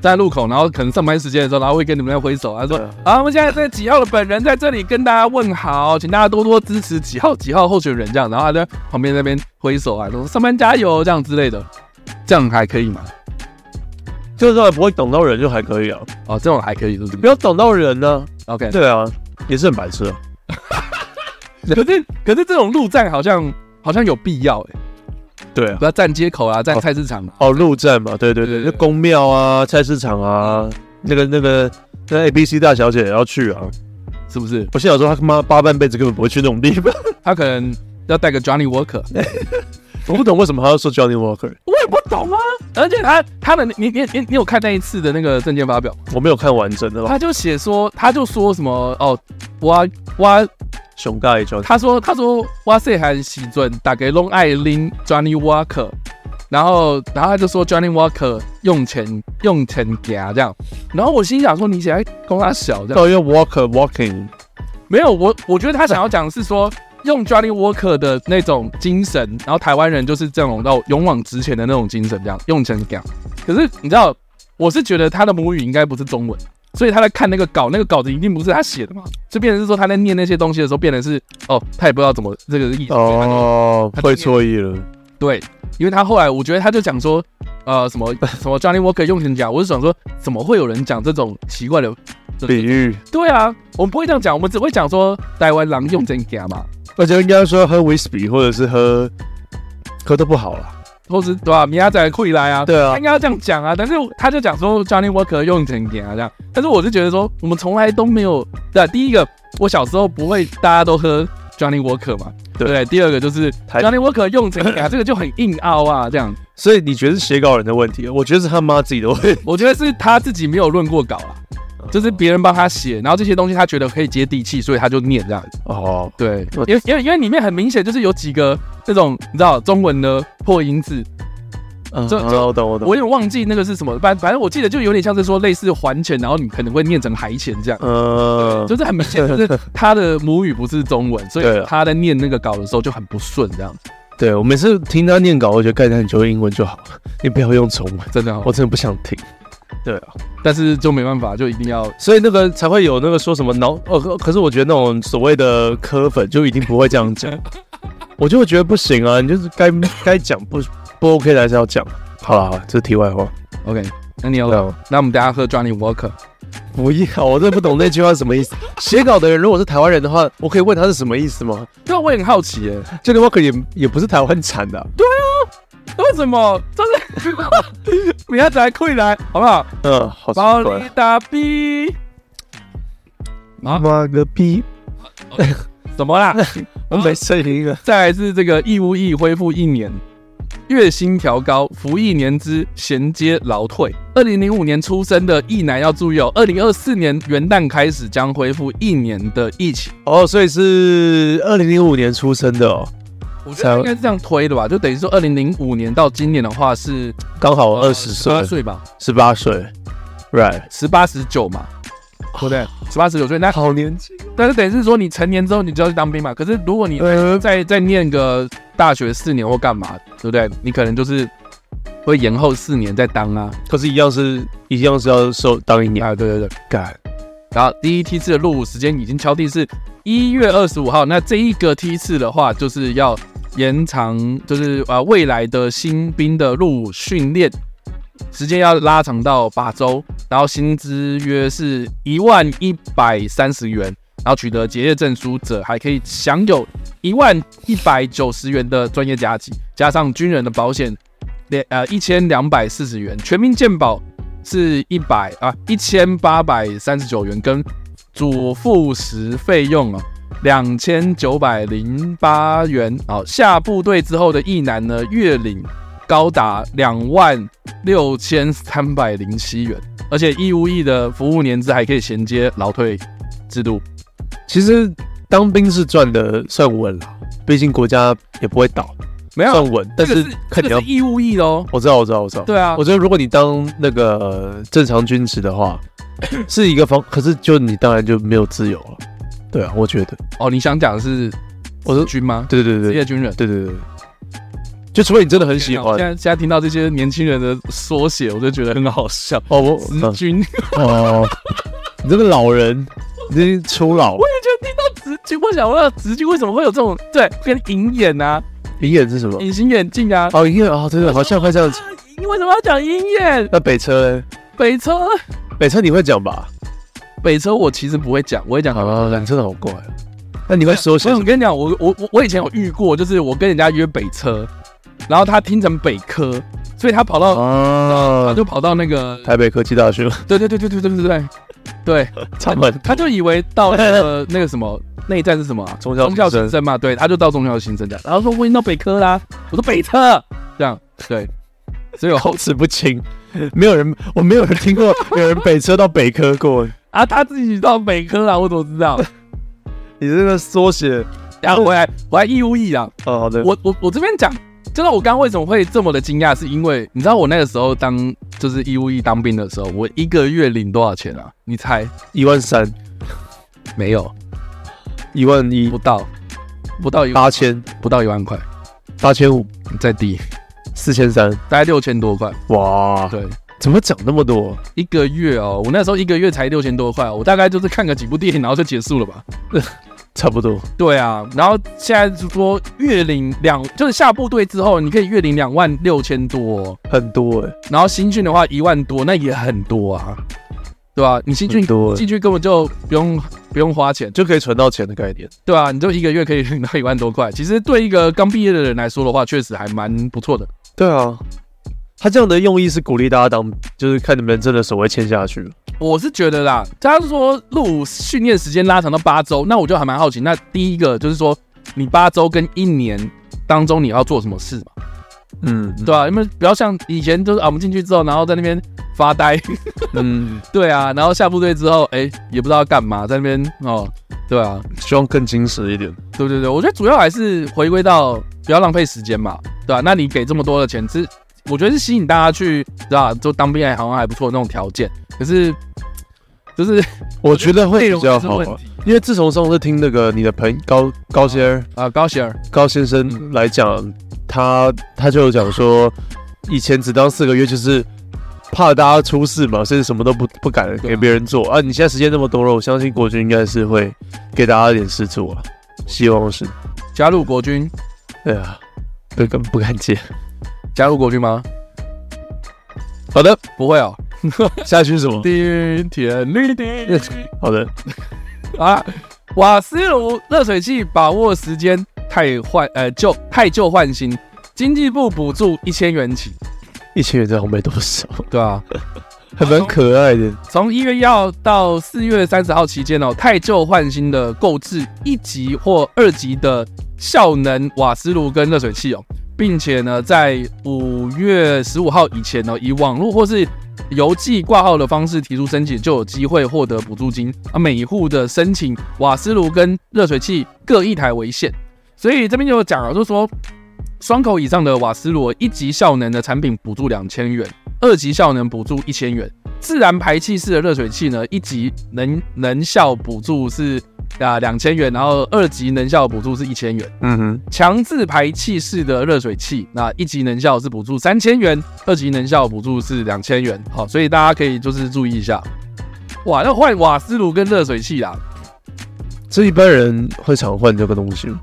Speaker 1: 站在路口，然后可能上班时间的时候，然后会跟你们在挥手，他说
Speaker 2: 对啊：“
Speaker 1: 啊，我们现在在几号的本人在这里跟大家问好，请大家多多支持几号几号候选人这样。”然后他在旁边那边挥手啊，说：“上班加油”这样之类的，这样还可以吗？
Speaker 2: 就是说不会挡到人就还可以啊，
Speaker 1: 哦，这种还可以，对不
Speaker 2: 不
Speaker 1: 对
Speaker 2: 要挡到人呢、
Speaker 1: ？OK，
Speaker 2: 对啊，也是很白痴、啊。
Speaker 1: 可是可是这种路站好像好像有必要哎、
Speaker 2: 对啊
Speaker 1: 不，要站街口啊，站
Speaker 2: 哦
Speaker 1: 菜市场啊。
Speaker 2: 哦，路站嘛，对
Speaker 1: 对
Speaker 2: 对对，
Speaker 1: 对
Speaker 2: 就公庙啊、菜市场啊，那个那个那 A B C 大小姐也要去啊。
Speaker 1: 是不是？
Speaker 2: 我心想说，他妈八半辈子根本不会去那种地方，
Speaker 1: 他可能要带个 Johnny Walker，
Speaker 2: 我不懂为什么他要说 Johnny Walker，
Speaker 1: 我也不懂啊。而且他他的你你你你有看那一次的那个证件发表吗？
Speaker 2: 我没有看完整的啦。
Speaker 1: 他就写说，他就说什么哦，哇哇，
Speaker 2: 熊大也 Johnny，
Speaker 1: 他说他说哇塞，还喜尊打给龙爱玲 Johnny Walker，然后然后他就说 Johnny Walker 用钱用钱给他这样，然后我心想说你写在供他小这样，
Speaker 2: 到底要 Walker Walking，
Speaker 1: 没有我我觉得他想要讲的是说。用 Johnny Walker 的那种精神，然后台湾人就是这种到勇往直前的那种精神，这样用钱讲。可是你知道，我是觉得他的母语应该不是中文，所以他在看那个稿，那个稿子一定不是他写的嘛，就变成是说他在念那些东西的时候，变成是哦，他也不知道怎么这个意思。所以他就
Speaker 2: 哦
Speaker 1: 他，就
Speaker 2: 会错意了。
Speaker 1: 对，因为他后来我觉得他就讲说，呃，什么什么 Johnny Walker 用钱讲，我就想说，怎么会有人讲这种奇怪的？
Speaker 2: 比喻，
Speaker 1: 对啊，我们不会这样讲，我们只会讲说台湾狼用真假嘛，
Speaker 2: 而且应该说喝 whisky 或者是喝喝都不好了。
Speaker 1: 或是对吧、米亚仔以来啊，
Speaker 2: 对啊
Speaker 1: 他应，该要这样讲啊，但是他就讲说 Johnny Walker 用钱给啊这样，但是我就觉得说我们从来都没有，对、啊，第一个我小时候不会大家都喝 Johnny Walker 嘛，对
Speaker 2: 对
Speaker 1: 不对，第二个就是
Speaker 2: 台
Speaker 1: Johnny Walker 用钱 给啊，这个就很硬凹啊这样，
Speaker 2: 所以你觉得是写稿人的问题？我觉得是他妈自己的 问题。
Speaker 1: 我觉得是他自己没有论过稿啊，就是别人帮他写，然后这些东西他觉得可以接地气，所以他就念这样子，
Speaker 2: 哦，
Speaker 1: 对
Speaker 2: 我，
Speaker 1: 因为因为因为里面很明显就是有几个这种你知道中文的破音字，
Speaker 2: 嗯，
Speaker 1: 这这
Speaker 2: 嗯我懂我懂。
Speaker 1: 我有点忘记那个是什么，反反正我记得就有点像是说类似还钱，然后你可能会念成还钱这样，
Speaker 2: 嗯，
Speaker 1: 就是很明显就是他的母语不是中文，所
Speaker 2: 对
Speaker 1: 以
Speaker 2: 啊
Speaker 1: 他在念那个稿的时候就很不顺这样，
Speaker 2: 对我每次听他念稿，我觉得盖他你就用英文就好了，你不要用中文，
Speaker 1: 真的、哦
Speaker 2: 我，真的不想听。对啊，
Speaker 1: 但是就没办法，就一定要
Speaker 2: 所以那个才会有那个说什么脑哦，可可是我觉得那种所谓的科粉就一定不会这样 讲，我就会觉得不行啊，你就是该该讲不不 OK 的还是要讲。好了好了，这是题外话。
Speaker 1: OK，那你
Speaker 2: 对
Speaker 1: 要
Speaker 2: 啊，
Speaker 1: 那我们等一下喝 Johnny Walker，
Speaker 2: 不要，我真的不懂那句话是什么意思。 写稿的人如果是台湾人的话，我可以问他是什么意思吗？
Speaker 1: 对啊，我也很好奇耶、
Speaker 2: 这个 Walker 也也不是台湾产的啊、
Speaker 1: 为什么？就是 明天再溃来，好不好？
Speaker 2: 嗯，好奇
Speaker 1: 保
Speaker 2: 怪
Speaker 1: 利。达 B 啊，
Speaker 2: 妈个逼！
Speaker 1: 怎么啦？
Speaker 2: 我没声音啊了。
Speaker 1: 再来是这个义务役恢复一年，月薪调高，服役年资衔接劳退。二零零五年出生的役男要注意哦，二零二四年元旦开始将恢复一年的役期。
Speaker 2: 哦，所以是二零零五年出生的哦，
Speaker 1: 我觉得应该是这样推的吧，就等于说二零零五年到今年的话是
Speaker 2: 刚好二十岁
Speaker 1: 八，岁吧，
Speaker 2: 十八岁，right？
Speaker 1: 十八十九嘛，对不对？十八十九岁，那
Speaker 2: 好年轻。啊
Speaker 1: 但是等于是说你成年之后你就要去当兵嘛。可是如果你
Speaker 2: 呃，
Speaker 1: 再再念个大学四年或干嘛，对不对？你可能就是会延后四年再当啊。
Speaker 2: 可是一样是一样是要受当一年
Speaker 1: 啊，对对对。
Speaker 2: 干。
Speaker 1: 然后第一梯次的入伍时间已经敲定是一月二十五号，那这一个梯次的话，就是要延长，就是呃未来的新兵的入伍训练时间要拉长到八周，然后薪资约是一万一百三十元，然后取得结业证书者还可以享有一万一百九十元的专业加级，加上军人的保险，两呃一千两百四十元，全民健保是一百啊一千八百三十九元，跟主副食费用哦两千九百零八元。好、下部队之后的役男呢，月领高达两万六千三百零七元，而且义务役的服务年资还可以衔接劳退制度。
Speaker 2: 其实当兵是赚的算稳了，毕竟国家也不会倒，
Speaker 1: 没有，
Speaker 2: 算稳。但
Speaker 1: 啊这个
Speaker 2: 是
Speaker 1: 是这
Speaker 2: 看你
Speaker 1: 个
Speaker 2: 要
Speaker 1: 是，义务役的哦。
Speaker 2: 我知道，我知道，我知道。
Speaker 1: 对啊
Speaker 2: 我，觉得如果你当那个呃正常军职的 话，是一个方，可是就你当然就没有自由了。对啊，我觉得，
Speaker 1: 哦，你想讲的是我是军吗？
Speaker 2: 对对对
Speaker 1: 职
Speaker 2: 对
Speaker 1: 业军人。
Speaker 2: 对对对，就除非你真的很喜欢
Speaker 1: 现在现在听到这些年轻人的缩写，我就觉得很好笑。
Speaker 2: 哦，我
Speaker 1: 直
Speaker 2: 嗯
Speaker 1: 军，
Speaker 4: 哦，
Speaker 2: 你这个老人，
Speaker 4: 你这是初老
Speaker 1: 我也觉得听到直军，我想问到直军为什么会有这种对跟银眼啊、
Speaker 2: 银眼是什么？
Speaker 1: 隐形眼镜啊？
Speaker 2: 哦，银眼哦，对对，好像会这样子。
Speaker 1: 你为什么要讲鹰眼？
Speaker 2: 那北车嘞？
Speaker 1: 北车，
Speaker 2: 北车你会讲吧？
Speaker 1: 北车，我其实不会讲，我会讲。
Speaker 2: 好了，你真的好怪哦。那你会说
Speaker 1: 所
Speaker 2: 些
Speaker 1: 以我
Speaker 2: 什么？
Speaker 1: 跟你讲，我我我我以前有遇过，就是我跟人家约北车，然后他听成北科，所以他跑到、他
Speaker 2: 哦，
Speaker 1: 就跑到那个，
Speaker 2: 台北科技大学
Speaker 1: 对对对对对对对对对，
Speaker 2: 他们
Speaker 1: 他就以为到那 个那个什么那一站是什么啊、
Speaker 2: 中校
Speaker 1: 中校新
Speaker 2: 生
Speaker 1: 生嘛，对，他就到中校新生这样，然后说我已经到北科啦、我说北车这样，对，所以我后
Speaker 2: 口齿不清，没有人，我没有人听过 有人北车到北科过。
Speaker 1: 啊他自己到北科啦，我怎么知道？
Speaker 2: 你这个缩写
Speaker 1: 然后回来我还义乌义啊，
Speaker 2: 哦，好的，
Speaker 1: 我我我这边讲，就是我刚刚为什么会这么的惊讶，是因为你知道我那个时候当就是义务役当兵的时候，我一个月领多少钱啊？你猜？
Speaker 2: 一万三，
Speaker 1: 没有，
Speaker 2: 一万一
Speaker 1: 不，到，不到一
Speaker 2: 八千，
Speaker 1: 不到一万块，
Speaker 2: 八千五，
Speaker 1: 再低，
Speaker 2: 四千三，
Speaker 1: 大概六千多块。
Speaker 2: 哇，
Speaker 1: 对，
Speaker 2: 怎么涨那么多？
Speaker 1: 一个月哦，我那时候一个月才六千多块，我大概就是看个几部电影，然后就结束了吧。
Speaker 2: 差不多，
Speaker 1: 对啊，然后现在就说月领两，就是下部队之后，你可以月领两万六千多、哦。
Speaker 2: 很多哎、
Speaker 1: 然后新训的话一万多，那也很多啊，对吧、你新训
Speaker 2: 很多欸
Speaker 1: 进去根本就不用不用花钱，
Speaker 2: 就可以存到钱的概念。
Speaker 1: 对啊，你就一个月可以领到一万多块。其实对一个刚毕业的人来说的话，确实还蛮不错的。
Speaker 2: 对啊，他这样的用意是鼓励大家当，就是看你们真的手会签下去。
Speaker 1: 我是觉得啦，他是说入伍训练时间拉长到八周，那我就还蛮好奇。那第一个就是说，你八周跟一年当中你要做什么事嘛？
Speaker 2: 嗯，
Speaker 1: 对啊，因为不要像以前就是啊，我们进去之后，然后在那边发呆，
Speaker 2: 嗯，
Speaker 1: 对啊，然后下部队之后，哎、也不知道要干嘛，在那边哦，对啊，
Speaker 2: 希望更精实一点。
Speaker 1: 对对对，我觉得主要还是回归到不要浪费时间嘛，对吧、那你给这么多的钱，是我觉得是吸引大家去，对吧、就当兵还好像还不错的那种条件，可是就是
Speaker 2: 我觉得
Speaker 1: 内
Speaker 2: 会比
Speaker 1: 容
Speaker 2: 较
Speaker 1: 还是
Speaker 2: 好
Speaker 1: 问
Speaker 2: 啊，
Speaker 1: 题
Speaker 2: 因为自从上次听那个你的朋高高先生
Speaker 1: 啊、高贤儿，
Speaker 2: 高先生来讲，他他就有讲说，以前只当四个月就是怕大家出事嘛，甚至什么都不不敢
Speaker 1: 对啊
Speaker 2: 给别人做啊。你现在时间那么多了，我相信国军应该是会给大家一点事做啊，希望是。
Speaker 1: 加入国军，
Speaker 2: 对啊，不敢不敢接。
Speaker 1: 加入国军吗？
Speaker 2: 好的，
Speaker 1: 不会哦。
Speaker 2: 下一句是什么？
Speaker 1: 今天绿 地
Speaker 2: 好的，
Speaker 1: 啊，瓦斯炉热水器把握时间太换呃旧太旧换新，经济部补助一千元起，
Speaker 2: 一千元真的没多少，
Speaker 1: 对啊，
Speaker 2: 还蛮可爱的。
Speaker 1: 从一月一号到四月三十号期间哦，太旧换新的购置一级或二级的效能瓦斯炉跟热水器哦，并且呢，在五月十五号以前呢，以网络或是邮寄挂号的方式提出申请，就有机会获得补助金啊。每一户的申请瓦斯炉跟热水器各一台为限，所以这边就有讲了，就说双口以上的瓦斯炉一级效能的产品补助两千元，二级效能补助一千元。自然排气式的热水器呢，一级能能效补助是啊两千元，然后二级能效补助是一千元。
Speaker 2: 嗯哼，
Speaker 1: 强制排气式的热水器，那一级能效是补助三千元，二级能效补助是两千元。好，所以大家可以就是注意一下。哇，那换瓦斯炉跟热水器啊啦，
Speaker 2: 这一般人会常换这个东西吗，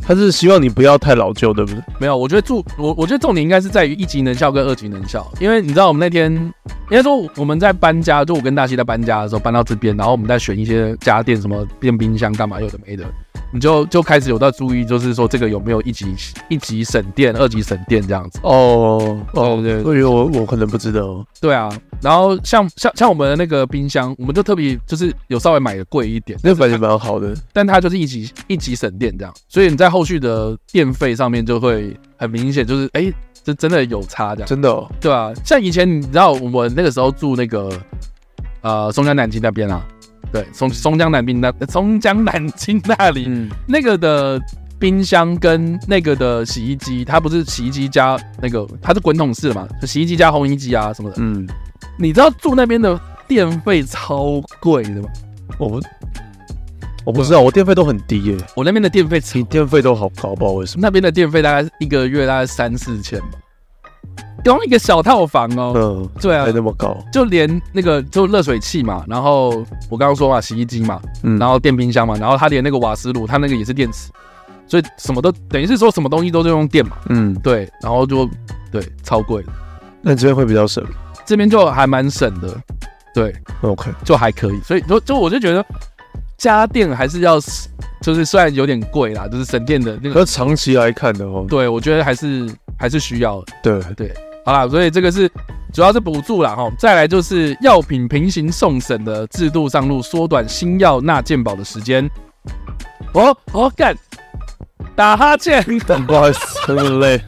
Speaker 2: 他是希望你不要太老旧，对不对？
Speaker 1: 没有，我觉得注我我觉得重点应该是在于一级能效跟二级能效，因为你知道我们那天应该说我们在搬家，就我跟大西在搬家的时候搬到这边，然后我们在选一些家电，什么变冰箱干嘛有的没的，你就就开始有在注意，就是说这个有没有一级一级省电、二级省电这样子。
Speaker 2: 哦哦，
Speaker 1: 对
Speaker 2: 我以为我我可能不知道，
Speaker 1: 对啊，然后像像像我们的那个冰箱，我们就特别就是有稍微买的贵一点，
Speaker 2: 那感觉蛮好的。
Speaker 1: 但它就是一级一级省电这样，所以你在后续的电费上面就会很明显，就是哎、这真的有差这样。
Speaker 2: 真的、哦，
Speaker 1: 对啊，像以前你知道我们那个时候住那个呃松江南京那边啊，对，松松江南滨那松江南京那里、
Speaker 2: 嗯，
Speaker 1: 那个的冰箱跟那个的洗衣机，它不是洗衣机加那个它是滚筒式的嘛，就洗衣机加烘衣机啊什么的，
Speaker 2: 嗯，
Speaker 1: 你知道住那边的电费超贵的吗？
Speaker 2: 我我不知道，我电费都很低耶、
Speaker 1: 我那边的电费超
Speaker 2: 你电费都好高，不知道为什么。
Speaker 1: 那边的电费大概一个月大概三四千吧，光一个小套房哦。
Speaker 2: 嗯，
Speaker 1: 对啊
Speaker 2: 还，那么高，
Speaker 1: 就连那个就热水器嘛，然后我刚刚说嘛，洗衣机嘛，
Speaker 2: 嗯，
Speaker 1: 然后电冰箱嘛，然后它连那个瓦斯炉，它那个也是电池，所以什么都等于是说什么东西都是用电嘛。
Speaker 2: 嗯，
Speaker 1: 对，然后就对超贵的，
Speaker 2: 那你这边会比较省。
Speaker 1: 这边就还蛮省的，对，
Speaker 2: OK，
Speaker 1: 就还可以。所以就就我就觉得家电还是要，就是虽然有点贵啦，就是省电的那个，
Speaker 2: 可是长期来看的话，
Speaker 1: 对我觉得还是还是需要的。
Speaker 2: 对，
Speaker 1: 啊好啦，所以这个是主要是补助啦哈。再来就是药品平行送审的制度上路，缩短新药纳健保的时间。哦哦干，打哈欠，
Speaker 2: 不好意思，真的累。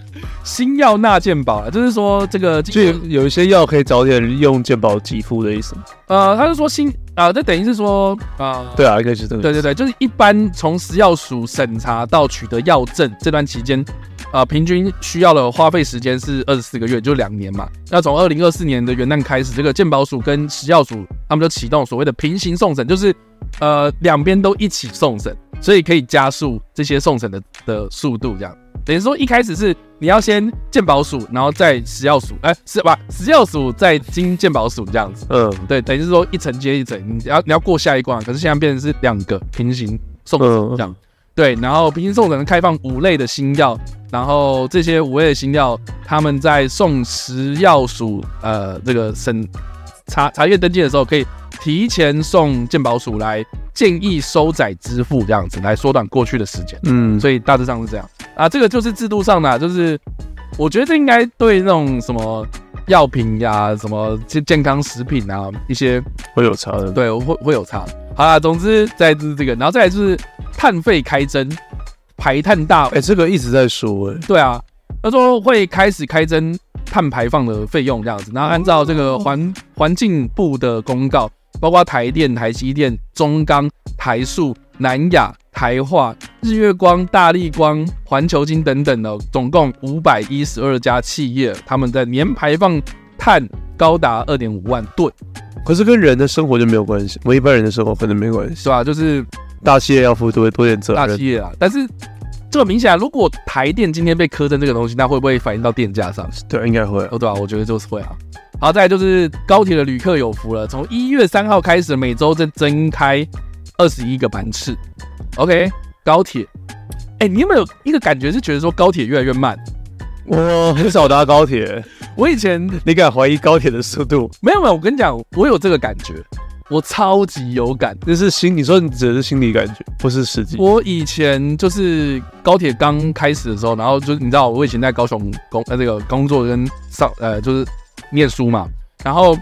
Speaker 1: 新药纳健保啊，就是说这个
Speaker 2: 就有有一些药可以早点用健保给付的意思吗。
Speaker 1: 呃，他是说新啊，这、等于是说啊。
Speaker 2: 对啊，应该是这个。
Speaker 1: 对对对，就是一般从食药署审查到取得药证这段期间，呃，平均需要的花费时间是二十四个月，就两年嘛。那从二零二四年的元旦开始，这个健保署跟食药署他们就启动所谓的平行送审，就是呃两边都一起送审，所以可以加速这些送审的的速度，这样。等于说一开始是你要先健保署，然后再食药署，哎、是吧？食药署再经健保署这样子。
Speaker 2: 嗯
Speaker 1: 对，等于是说一层接一层，你要你要过下一关，可是现在变成是两个平行送审
Speaker 2: 嗯
Speaker 1: 这样。对，然后平行送审开放五类的新药，然后这些五类的新药，他们在送食药署呃这个审查查阅登记的时候，可以提前送健保署来建议收载支付这样子，来缩短过去的时间。
Speaker 2: 嗯，
Speaker 1: 所以大致上是这样啊。这个就是制度上的啊、就是我觉得这应该对那种什么药品呀、什么健健康食品啊一些，
Speaker 2: 会有差的。
Speaker 1: 对，会会有差。好啦，总之再来就是这个，然后再来就是碳费开征，排碳大，
Speaker 2: 哎、这个一直在说哎、
Speaker 1: 对啊，他说会开始开征碳排放的费用这样子，然后按照这个环环境部的公告，包括台电、台积电、中钢、台塑、南亚、台化、日月光、大力光、环球金等等的，总共五百一十二家企业，他们的年排放碳高达二点五万吨，
Speaker 2: 可是跟人的生活就没有关系，我们一般人的生活可能没关系。
Speaker 1: 是吧？就是
Speaker 2: 大企业要负多多点责
Speaker 1: 大
Speaker 2: 任
Speaker 1: 企，业啊，但是。这个明显、啊，如果台电今天被苛征这个东西，那会不会反映到电价上？
Speaker 2: 对，应该会、啊。
Speaker 1: 哦，对啊，我觉得就是会啊。好，再来就是高铁的旅客有福了，从一月三号开始，每周再增开二十一个班次。OK，高铁，哎、你有没有一个感觉是觉得说高铁越来越慢？
Speaker 2: 我很少搭高铁，
Speaker 1: 我以前
Speaker 2: 你敢怀疑高铁的速度？
Speaker 1: 没有没有，我跟你讲，我有这个感觉，我超级有感。
Speaker 2: 那是心，你说你指的是心理感觉，不是实际。
Speaker 1: 我以前就是高铁刚开始的时候，然后就是你知道，我以前在高雄工呃这个工作跟上呃就是念书嘛，然后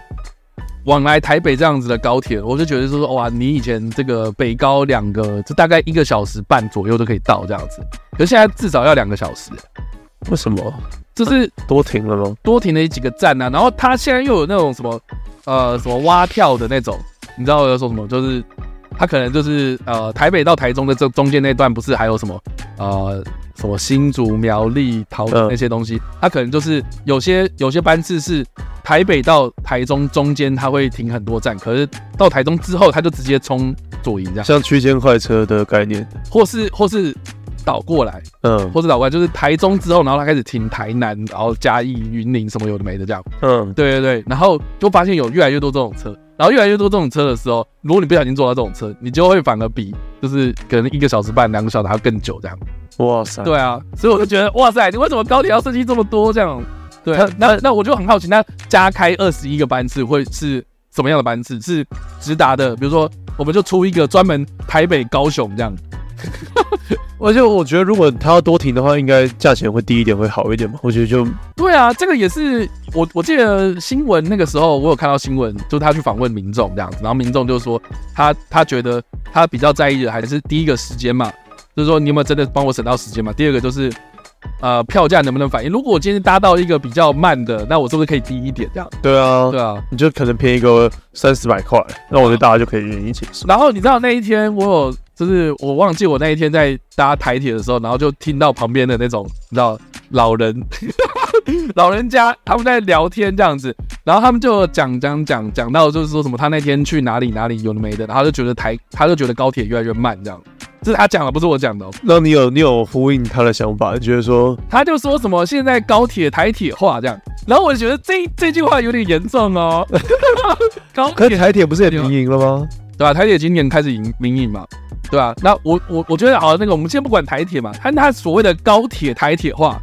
Speaker 1: 往来台北这样子的高铁，我就觉得说哇，你以前这个北高两个，就大概一个小时半左右就可以到这样子，可是现在至少要两个小时，
Speaker 2: 为什么
Speaker 1: 就是
Speaker 2: 多停了吗？
Speaker 1: 多停了几个站啊。然后它现在又有那种什么呃什么蛙跳的那种，你知道我要说什么？就是它可能就是呃台北到台中的这中间那段，不是还有什么呃什么新竹、苗栗、桃
Speaker 2: 嗯
Speaker 1: 那些东西？它可能就是有些有些班次是台北到台中中间它会停很多站，可是到台中之后它就直接冲左营这样，
Speaker 2: 像区间快车的概念，
Speaker 1: 或是或是。倒过来，
Speaker 2: 嗯
Speaker 1: 或是倒过来，就是台中之后，然后它开始停台南，然后嘉义、云林什么有的没的这样。
Speaker 2: 嗯，
Speaker 1: 对对对，然后就发现有越来越多这种车，然后越来越多这种车的时候，如果你不小心坐到这种车，你就会反而比就是可能一个小时半、两个小时还要更久这样。
Speaker 2: 哇塞，
Speaker 1: 对啊，所以我就觉得哇塞，你为什么高铁要设计这么多这样？对
Speaker 2: 它，
Speaker 1: 那那我就很好奇，那加开二十一个班次会是什么样的班次？是直达的，比如说我们就出一个专门台北、高雄这样。
Speaker 2: 而且我觉得，如果他要多停的话，应该价钱会低一点，会好一点嘛。我觉得就
Speaker 1: 对啊，这个也是我我记得新闻那个时候，我有看到新闻，就是他去访问民众这样子，然后民众就说他他觉得他比较在意的还是第一个时间嘛，就是说你有没有真的帮我省到时间嘛？第二个就是呃票价能不能反映？如果我今天搭到一个比较慢的，那我是不是可以低一点这样？
Speaker 2: 对啊，
Speaker 1: 对啊，
Speaker 2: 你就可能便宜个三四百块，那我觉得大家就可以愿意接受。
Speaker 1: 然后你知道那一天我有，就是我忘记我那一天在搭台铁的时候，然后就听到旁边的那种，你知道老人， 老人家他们在聊天这样子，然后他们就讲讲讲讲到就是说什么他那天去哪里哪里有的没的，然后他就觉得台他就觉得高铁越来越慢这样，这是他讲的，不是我讲的、哦。
Speaker 2: 那你有你有呼应他的想法，你觉得说
Speaker 1: 他就说什么现在高铁台铁化这样，然后我就觉得这这句话有点严重哦。 高
Speaker 2: 可
Speaker 1: 铁
Speaker 2: 是台铁不是也民营了吗？
Speaker 1: 对吧、台铁今年开始营民营嘛，对吧、那我我我觉得啊好，那个我们先不管台铁嘛，看他所谓的高铁台铁化，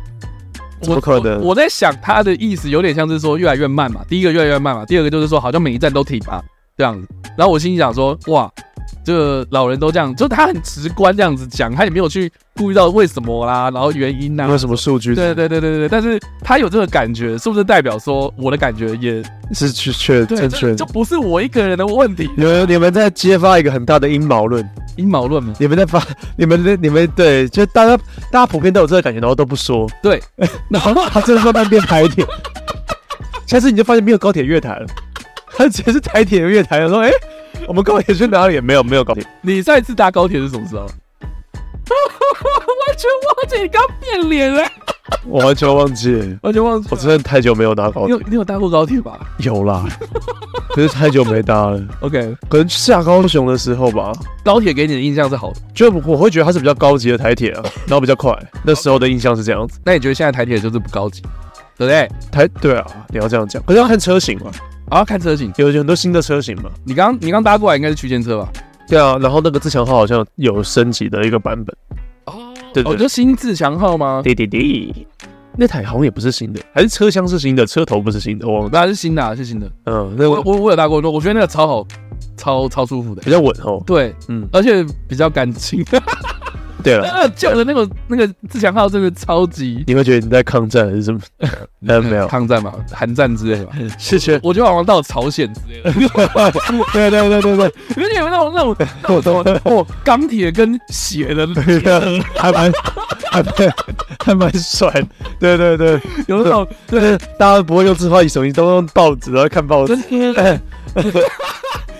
Speaker 2: 怎么可能
Speaker 1: 我？我在想他的意思有点像是说越来越慢嘛，第一个越来越慢嘛，第二个就是说好像每一站都停嘛这样子。然后我心里想说，哇，这老人都这样，就他很直观这样子讲，他也没有去顾虑到为什么啦，然后原因
Speaker 2: 没
Speaker 1: 啊
Speaker 2: 有。什么数据？
Speaker 1: 对对对对对，对但是他有这个感觉，是不是代表说我的感觉也
Speaker 2: 是去确
Speaker 1: 对？
Speaker 2: 正确
Speaker 1: 这
Speaker 2: 的
Speaker 1: 这。不是我一个人的问题，
Speaker 2: 你们你们在揭发一个很大的阴谋论，
Speaker 1: 阴谋论嘛。
Speaker 2: 你们在发 你们你们对，就大家大家普遍都有这个感觉，然后都不说，
Speaker 1: 对，
Speaker 2: 然后他真的慢慢变台 铁。下次你就发现没有高铁月台了，他直接是台铁月台了。说哎、我们高铁去哪里？没有没有高铁，
Speaker 1: 你上一次搭高铁是什 么时候？完全忘记，你刚变脸了，
Speaker 2: 我完全忘记了，
Speaker 1: 完全忘记
Speaker 2: 我。真的太久没有搭高
Speaker 1: 你
Speaker 2: 铁
Speaker 1: 有，你有搭过高铁吧
Speaker 2: 有啦，可是太久没搭了，
Speaker 1: ？OK，
Speaker 2: 可能下高雄的时候吧。
Speaker 1: 高铁给你的印象是好的，
Speaker 2: 就我会觉得它是比较高级的台铁啊，然后比较快。那时候的印象是这样子，
Speaker 1: 那你觉得现在台铁就是不高级，对不对？
Speaker 2: 台对啊，你要这样讲，可是要看车型嘛，
Speaker 1: 好，看车型，
Speaker 2: 有有很多新的车型嘛。
Speaker 1: 你刚你刚搭过来应该是区间车吧？
Speaker 2: 对啊，然后那个自强号好像有升级的一个版本，
Speaker 1: 哦，
Speaker 2: 对
Speaker 1: 哦，
Speaker 2: 对
Speaker 1: 就新自强号吗？
Speaker 2: 滴滴滴，那台好像也不是新的，还是车厢是新的，车头不是新的，我忘了。
Speaker 1: 那是新的、啊，是新的。
Speaker 2: 嗯，那
Speaker 1: 我
Speaker 2: 个
Speaker 1: 我我有搭过，我觉得那个超好，超超舒服的
Speaker 2: 比。较稳哦。
Speaker 1: 对，
Speaker 2: 嗯，
Speaker 1: 而且比较干净。
Speaker 2: 对了，
Speaker 1: 呃旧的那个那个自强号真的超级
Speaker 2: 你会觉得你在抗战还是什么？呃，没有，
Speaker 1: 抗战嘛，韩战之类的吧。
Speaker 2: 谢谢。
Speaker 1: 我觉得好像到朝鲜之类的，
Speaker 2: 对对对对对，
Speaker 1: 因为有那种那种那种哦，钢铁跟血的，
Speaker 2: 还蛮还蛮还蛮帅的，对对对。
Speaker 1: 有那 种
Speaker 2: 对，大家不会用自拍手机，都用报纸，然后看报纸。
Speaker 1: 真的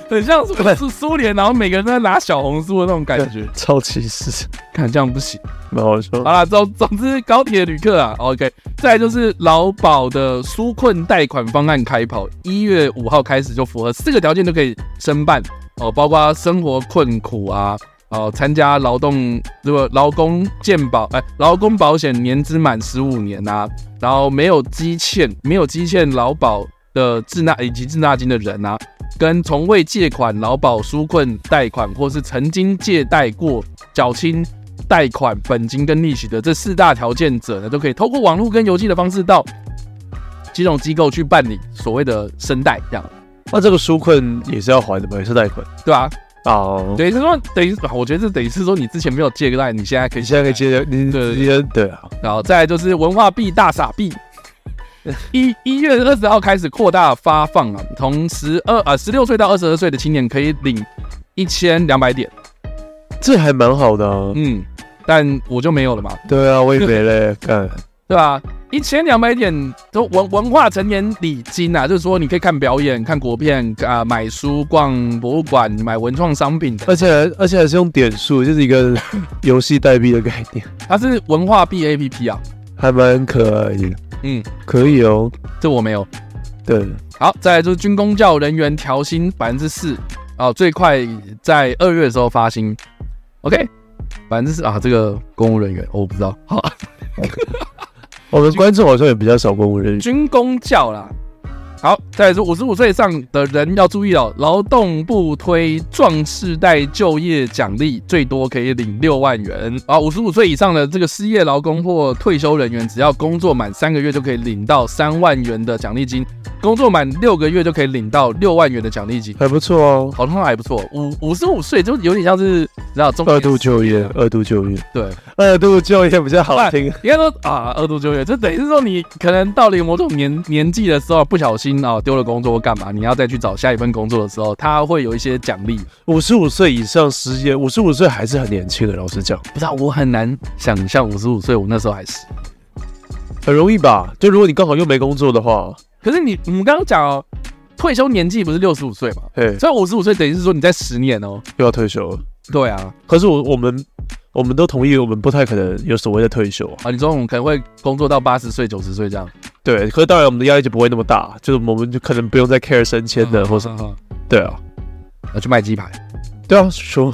Speaker 1: 很像什么是苏联，然后每个人都在拿小红书的那种感觉，
Speaker 2: 超歧视，
Speaker 1: 看这样不行。
Speaker 2: 蛮好笑。
Speaker 1: 好啦，总总之高铁旅客啊，OK，再来就是劳保的纾困贷款方案开跑，一月五号开始就符合四个条件就可以申办哦，包括生活困苦啊，哦，参加劳动如果劳工健保哎，劳工保险年资满十五年啊，然后没有积欠没有积欠劳保的滞纳以及滞纳金的人啊，跟从未借款劳保纾困贷款或是曾经借贷过缴清贷款本金跟利息的这四大条件者呢，都可以透过网络跟邮寄的方式到金融机构去办理所谓的申贷，这样
Speaker 2: 那这个纾困也是要还的吧？也是贷款
Speaker 1: 对吧、
Speaker 2: 哦。
Speaker 1: 等于是说，等于是我觉得这等于是说你之前没有借个贷，你现在可以
Speaker 2: 你现在可以接着，你
Speaker 1: 对
Speaker 2: 你先对啊，
Speaker 1: 然后再来就是文化币大傻币，一一月二十号开始扩大发放啊，从十二啊十六岁到二十二岁的青年可以领一千两百点，
Speaker 2: 这还蛮好的 啊。
Speaker 1: 嗯，但我就没有了嘛，
Speaker 2: 对啊，我也没嘞，干
Speaker 1: 对吧？一千两百点都文文化成年礼金啊，就是说你可以看表演、看国片啊、买书、逛博物馆、买文创商品，
Speaker 2: 而且还而且还是用点数，就是一个游戏代币的概念，
Speaker 1: 它是文化币 A P P 啊，
Speaker 2: 还蛮可爱的。
Speaker 1: 嗯，
Speaker 2: 可以哦。
Speaker 1: 这我没有。
Speaker 2: 对，
Speaker 1: 好，再来就是军工教人员调薪百分之四，哦，最快在二月的时候发薪。OK，百分之四啊，这个公务人员、哦我不知道。好，
Speaker 2: 我们观众好像也比较少公务人员。
Speaker 1: 军工教啦。好，再来说五十五岁以上的人要注意哦，劳动部推壮世代就业奖励，最多可以领六万元啊。五十五岁以上的这个失业劳工或退休人员，只要工作满三个月就可以领到三万元的奖励金，工作满六个月就可以领到六万元的奖励金。
Speaker 2: 还不错哦，
Speaker 1: 好像还不错，五五十五岁就有点像是你知道中
Speaker 2: 二度就业，二度就业，
Speaker 1: 对，
Speaker 2: 二度就业比较好听。
Speaker 1: 应该说啊二度就业，这等于是说你可能到了某种年年纪的时候，不小心啊丢了工作或干嘛，你要再去找下一份工作的时候，他会有一些奖励。
Speaker 2: 五十五岁以上失业，五十五岁还是很年轻的，老实讲，
Speaker 1: 不知道我很难想象五十五岁我那时候还是，
Speaker 2: 很容易吧？就如果你刚好又没工作的话，
Speaker 1: 可是你我们刚刚讲哦，退休年纪不是六十五岁嘛，
Speaker 2: 嘿，
Speaker 1: 所以五十五岁等于是说你在十年哦。
Speaker 2: 又要退休了。
Speaker 1: 对啊，
Speaker 2: 可是我我们我们都同意，我们不太可能有所谓的退休啊。
Speaker 1: 啊，你说我们可能会工作到八十岁、九十岁这样，
Speaker 2: 对，可是当然我们的压力就不会那么大，就是我们就可能不用再 care 升迁的或什么。
Speaker 1: 么，
Speaker 2: 对啊，
Speaker 1: 要去卖鸡排。
Speaker 2: 对啊， 说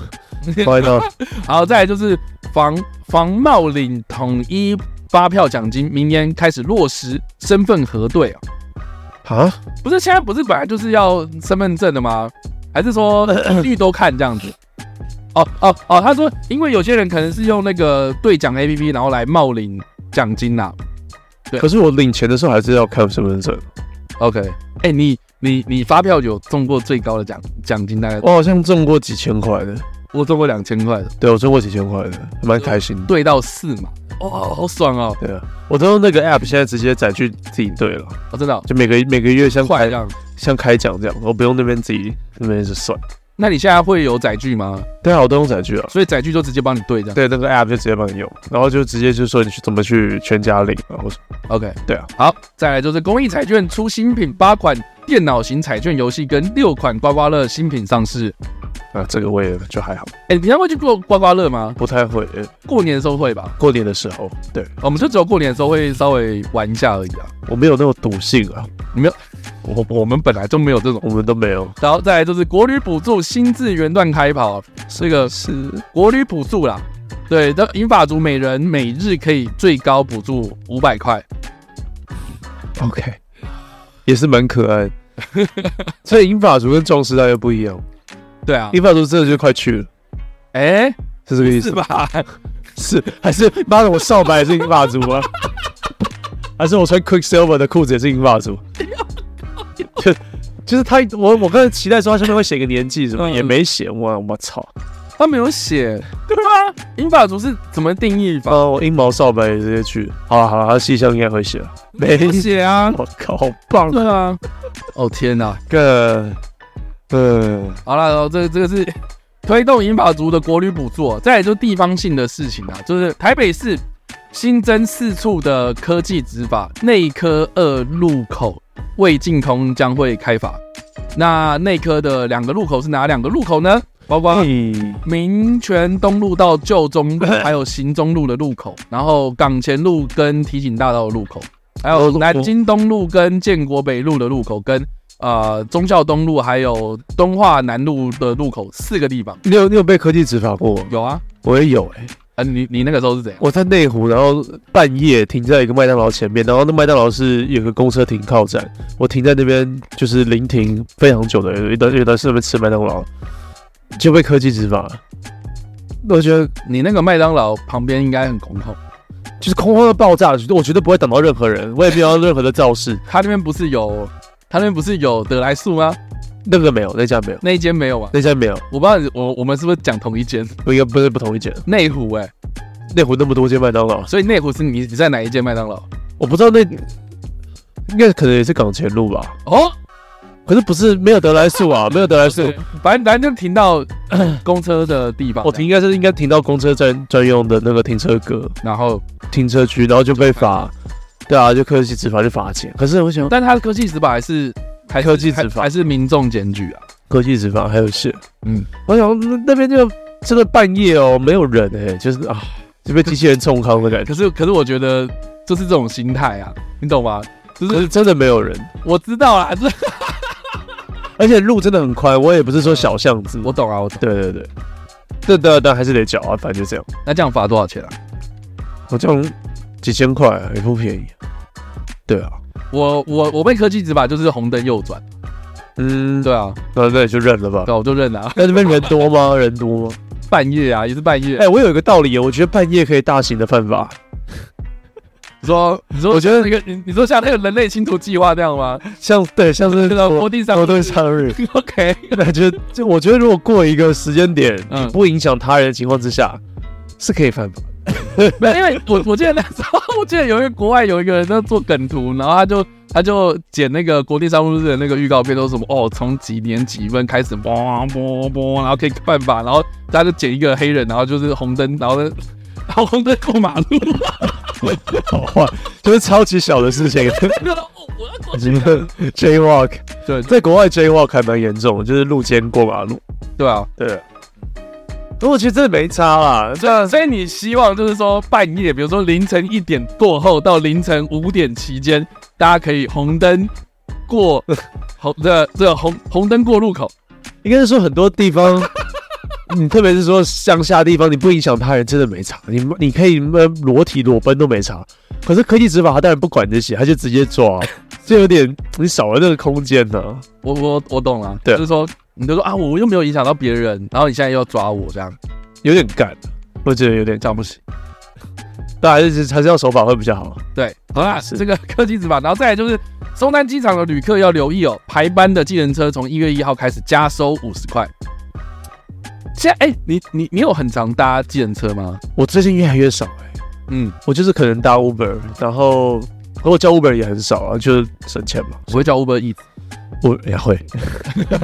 Speaker 2: why not？
Speaker 1: 然后再来就是防防冒领统一发票奖金，明年开始落实身份核对啊。
Speaker 2: 啊，
Speaker 1: 不是现在不是本来就是要身份证的吗？还是说绿都看这样子？哦哦哦，他说因为有些人可能是用那个兑奖 A P P 然后来冒领奖金啦、对
Speaker 2: 可是我领钱的时候还是要看身份证。
Speaker 1: OK，哎、你你你发票有中过最高的奖奖金大概？
Speaker 2: 我好像中过几千块的，
Speaker 1: 我中过两千块的，
Speaker 2: 对我中过几千块的，还蛮开心的。
Speaker 1: 兑到四嘛，哦，好好爽哦！
Speaker 2: 对啊，我都用那个 app 现在直接载去自己兑了，
Speaker 1: 哦，真的、哦、
Speaker 2: 就每个每个月像
Speaker 1: 快
Speaker 2: 开
Speaker 1: 这样。
Speaker 2: 像开奖这样，我不用那边自己那边是算。
Speaker 1: 那你现在会有载具吗？
Speaker 2: 对啊，我都用载具啊。
Speaker 1: 所以载具就直接帮你兑这样。
Speaker 2: 对，那个 app 就直接帮你用，然后就直接就说你去怎么去全家领啊，或者
Speaker 1: OK，
Speaker 2: 对啊。
Speaker 1: 好，再来就是公益彩券出新品八款电脑型彩券游戏跟六款刮刮乐新品上市。
Speaker 2: 啊，这个我也就还好，
Speaker 1: 哎、你平常会去过刮刮乐吗？
Speaker 2: 不太会。呃
Speaker 1: 过年的时候会吧？
Speaker 2: 过年的时候，对
Speaker 1: 我们就只有过年的时候会稍微玩一下而已啊。
Speaker 2: 我没有那种赌性啊，
Speaker 1: 我我们本来就没有这种。
Speaker 2: 我们都没有。
Speaker 1: 然后再来就是国旅补助新资源段开跑，这个
Speaker 2: 是
Speaker 1: 国旅补助啦。对，的银发族每人每日可以最高补助五百块。
Speaker 2: OK，也是蛮可爱的。所以银发族跟壮士大又不一样，
Speaker 1: 对啊，
Speaker 2: 银发族真的就快去了，
Speaker 1: 哎、
Speaker 2: 是这个意思
Speaker 1: 是？吧？
Speaker 2: 是还是妈的我少白也是银发族啊？还是我穿 Quicksilver 的裤子也是银发 族？就就是他，我我刚才期待说他上面会写个年纪什么，
Speaker 1: 嗯
Speaker 2: 也没写，我我操！
Speaker 1: 他没有写，对吧？银发族是怎么定义法？
Speaker 2: 啊，我阴毛少白也直接去，好了好了，他西乡应该会写了，没
Speaker 1: 没写啊，
Speaker 2: 我靠，好棒！
Speaker 1: 对啊。哦天哪！
Speaker 2: 个，嗯，
Speaker 1: 好了，哦这这个是推动银发族的国旅补助，哦再来就地方性的事情啊，就是台北市新增四处的科技执法，内科二路口未净空将会开罚。那内科的两个路口是哪两个路口呢？包括民权东路到旧中路，还有行中路的路口，然后港前路跟提醒大道的哦路口，还有南京东路跟建国北路的路口，跟呃忠孝东路还有东化南路的路口四个地方。
Speaker 2: 你有你有被科技执法过吗？
Speaker 1: 有啊，
Speaker 2: 我也有哎、
Speaker 1: 啊你你那个时候是怎样？
Speaker 2: 我在内湖，然后半夜停在一个麦当劳前面，然后那麦当劳是有个公车停靠站，我停在那边就是临停非常久的，有一段有一段是在那边吃麦当劳，就被科技执法了。我觉得
Speaker 1: 你那个麦当劳旁边应该很空旷，
Speaker 2: 就是空空的爆炸，我绝对不会挡到任何人，我也没有要任何的造势，
Speaker 1: 他那边不是有他那边不是有德来素吗？
Speaker 2: 那个没有，那家没有，
Speaker 1: 那一间没有啊？
Speaker 2: 那家没有，
Speaker 1: 我不知道你我我们是不是讲同一间
Speaker 2: 我应该不是不同意见。
Speaker 1: 内湖哎、
Speaker 2: 内湖那么多间麦当劳，
Speaker 1: 所以内湖是你你在哪一间麦当劳？
Speaker 2: 我不知道那应该可能也是港前路吧，
Speaker 1: 哦，
Speaker 2: 可是不是没有德来速啊，没有德来速
Speaker 1: 对，，反正反正就停到 公车的地方，
Speaker 2: 我哦停应该是应该停到公车专专用的那个停车
Speaker 1: 这
Speaker 2: 格
Speaker 1: 样，然后，
Speaker 2: 停车区，然后就被罚，对啊，就科技执法就罚钱。可是我想
Speaker 1: 但他的科技执法还是还是
Speaker 2: 科技执
Speaker 1: 还
Speaker 2: 法
Speaker 1: 还是民众检举啊，
Speaker 2: 科技执法还有是，
Speaker 1: 嗯，
Speaker 2: 我想那那边就真的半夜哦，没有人哎、就是啊，就被机器人冲康的感觉。
Speaker 1: 可是可是我觉得就是这种心态啊，你懂吗？就
Speaker 2: 可
Speaker 1: 是
Speaker 2: 是真的没有人，
Speaker 1: 我知道啦， 这，
Speaker 2: 而且路真的很宽，我也不是说小巷子
Speaker 1: 嗯我懂啊，我懂。
Speaker 2: 对对对，这当然还是得缴啊，反正就这样。
Speaker 1: 那这样罚多少钱啊？
Speaker 2: 好像几千块啊也不便宜。对啊，
Speaker 1: 我我我被科技执法就是红灯右转，
Speaker 2: 嗯，
Speaker 1: 对啊，
Speaker 2: 那那也就认了吧。
Speaker 1: 对啊，我就认了、啊。
Speaker 2: 那那边人多吗？人多吗？
Speaker 1: 半夜啊，也是半夜。
Speaker 2: 哎、我有一个道理，我觉得半夜可以大型的犯法。
Speaker 1: 你说你说，
Speaker 2: 我觉得
Speaker 1: 那个你你说像那个人类星图计划那样吗？
Speaker 2: 像对，像是
Speaker 1: 那个坡地上
Speaker 2: 活动商日，
Speaker 1: ，OK，
Speaker 2: 那就就我觉得如果过一个时间点，
Speaker 1: 嗯
Speaker 2: 你不影响他人的情况之下，是可以犯法。
Speaker 1: 没 有，因为我我记得那时候， 我记得有一个国外有一个人在做梗图，然后他就他就剪那个国际商务日的那个预告片，都是什么哦，从几年几分开始，啵啵啵，然后可以办法，然后他就剪一个黑人，然后就是红灯，然后呢 然后红灯过马路，
Speaker 2: 好坏就是超级小的事情。
Speaker 1: 然后哦我要过去
Speaker 2: Jaywalk
Speaker 1: 对对
Speaker 2: 在国外 Jaywalk 还蛮严重的，就是路肩过马路。
Speaker 1: 对啊，
Speaker 2: 对啊，可我觉得真的没差啦，
Speaker 1: 对啊，所以你希望就是说半夜，比如说凌晨一点过后到凌晨五点期间，大家可以红灯过红这这个红红灯过路口，
Speaker 2: 应该是说很多地方，你特别是说乡下地方，你不影响他人真的没差，你你可以呃裸体裸奔都没差。可是科技执法他当然不管这些，他就直接抓，这有点你少了那个空间啊呢、
Speaker 1: 我我我懂了，
Speaker 2: 对
Speaker 1: 就是说你就说啊，我又没有影响到别人，然后你现在又要抓我这样，
Speaker 2: 有点干，我觉得有点这样不行。但还是还是要手法会比较好。
Speaker 1: 对，好啦，
Speaker 2: 是
Speaker 1: 这个科技执法，然后再来就是松山机场的旅客要留意哦，排班的计程车从一月一号开始加收五十块。现在哎、你你你有很常搭计程车吗？
Speaker 2: 我最近越来越少哎、
Speaker 1: 嗯，
Speaker 2: 我就是可能搭 Uber，然后可我叫 Uber 也很少啊，就是省钱嘛。
Speaker 1: 我会叫 Uber Eats。
Speaker 2: 我也会，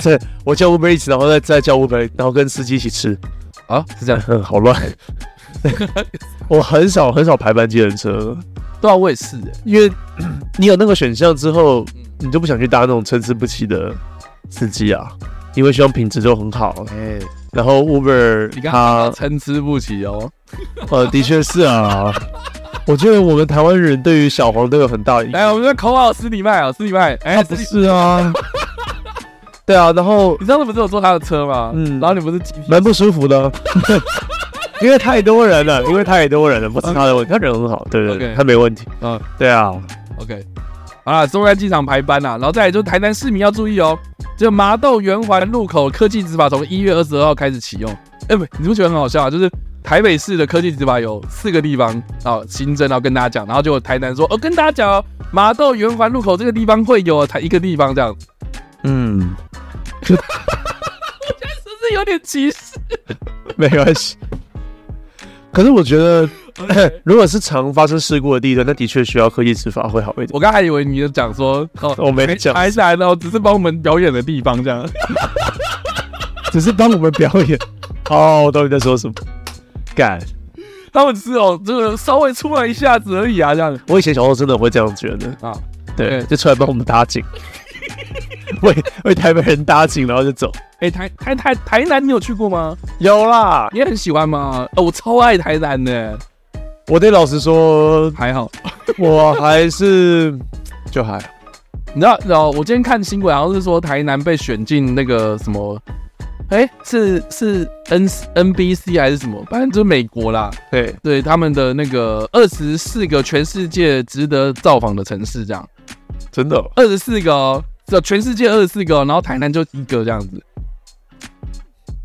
Speaker 2: 这我叫 Uber 一起，然后再再叫 Uber，然后跟司机一起吃，
Speaker 1: 啊，是这 样。
Speaker 2: 嗯，好乱。我很少很少排班计程车，
Speaker 1: 对啊，我也是、欸。
Speaker 2: 因为你有那个选项之后，你就不想去搭那种参差不齐的司机啊，因为希望品质都很好。
Speaker 4: 哎，
Speaker 2: 然后 Uber
Speaker 1: 你
Speaker 2: 它
Speaker 1: 看，参差不齐哦。
Speaker 2: 呃的确是啊，我觉得我们台湾人对于小黄都有很大影响。
Speaker 1: 来，我哦们在口号斯里麦啊，斯里麦。哎、斯
Speaker 4: 不
Speaker 1: 里
Speaker 4: 是啊，
Speaker 2: 对啊，然后
Speaker 1: 你上次不是有坐他的车吗？嗯
Speaker 2: 嗯，
Speaker 1: 然后你不是鸡皮
Speaker 2: 蛮不舒服的， 因为太多人了，因为太多人了，不是他的问题，他人很好，对对
Speaker 1: OK
Speaker 2: 对，他没问题，
Speaker 1: 嗯
Speaker 2: 对啊，
Speaker 1: OK，好啦，松山机场排班啦、然后再来就是台南市民要注意哦，这个麻豆圆环路口科技执法从一月二十二号开始启用。哎、不，你不觉得很好笑啊？就是台北市的科技执法有四个地方啊、哦新增，然后跟大家讲，然后就台南说，哦，跟大家讲、哦，麻豆圆环路口这个地方会有台一个地方这样，
Speaker 4: 嗯，
Speaker 1: 是不是有点歧视？
Speaker 2: 没关系。可是我觉得， 如果是常发生事故的地段，那的确需要科技执法会好一点。
Speaker 1: 我刚还以为你就讲说，哦，
Speaker 2: 我没讲
Speaker 1: 台南哦，只是帮我们表演的地方这样。
Speaker 2: 只是帮我们表 演。哦，我懂你在说什么。干，
Speaker 1: 他们只有就是哦稍微出来一下子而已啊，这样
Speaker 2: 我以前小时候真的会这样觉得，
Speaker 1: 啊，
Speaker 2: 对，
Speaker 1: 对
Speaker 2: 就出来帮我们搭景， 为为台北人搭景，然后就走。
Speaker 1: 哎、台台台台南，你有去过吗？
Speaker 2: 有啦，
Speaker 1: 你也很喜欢吗？呃，我超爱台南的、
Speaker 2: 我得老实说，
Speaker 1: 还好。
Speaker 2: 我还 是就还好
Speaker 1: 你知道，然后我今天看新闻，好像是说台南被选进那个什么，哎、是是 N NBC 还是什么，反正就是美国啦，
Speaker 2: 对，
Speaker 1: 对他们的那个二十四个全世界值得造访的城市，这样
Speaker 2: 真的
Speaker 1: 二十四个哦，这全世界二十四个哦，然后台南就一个这样子。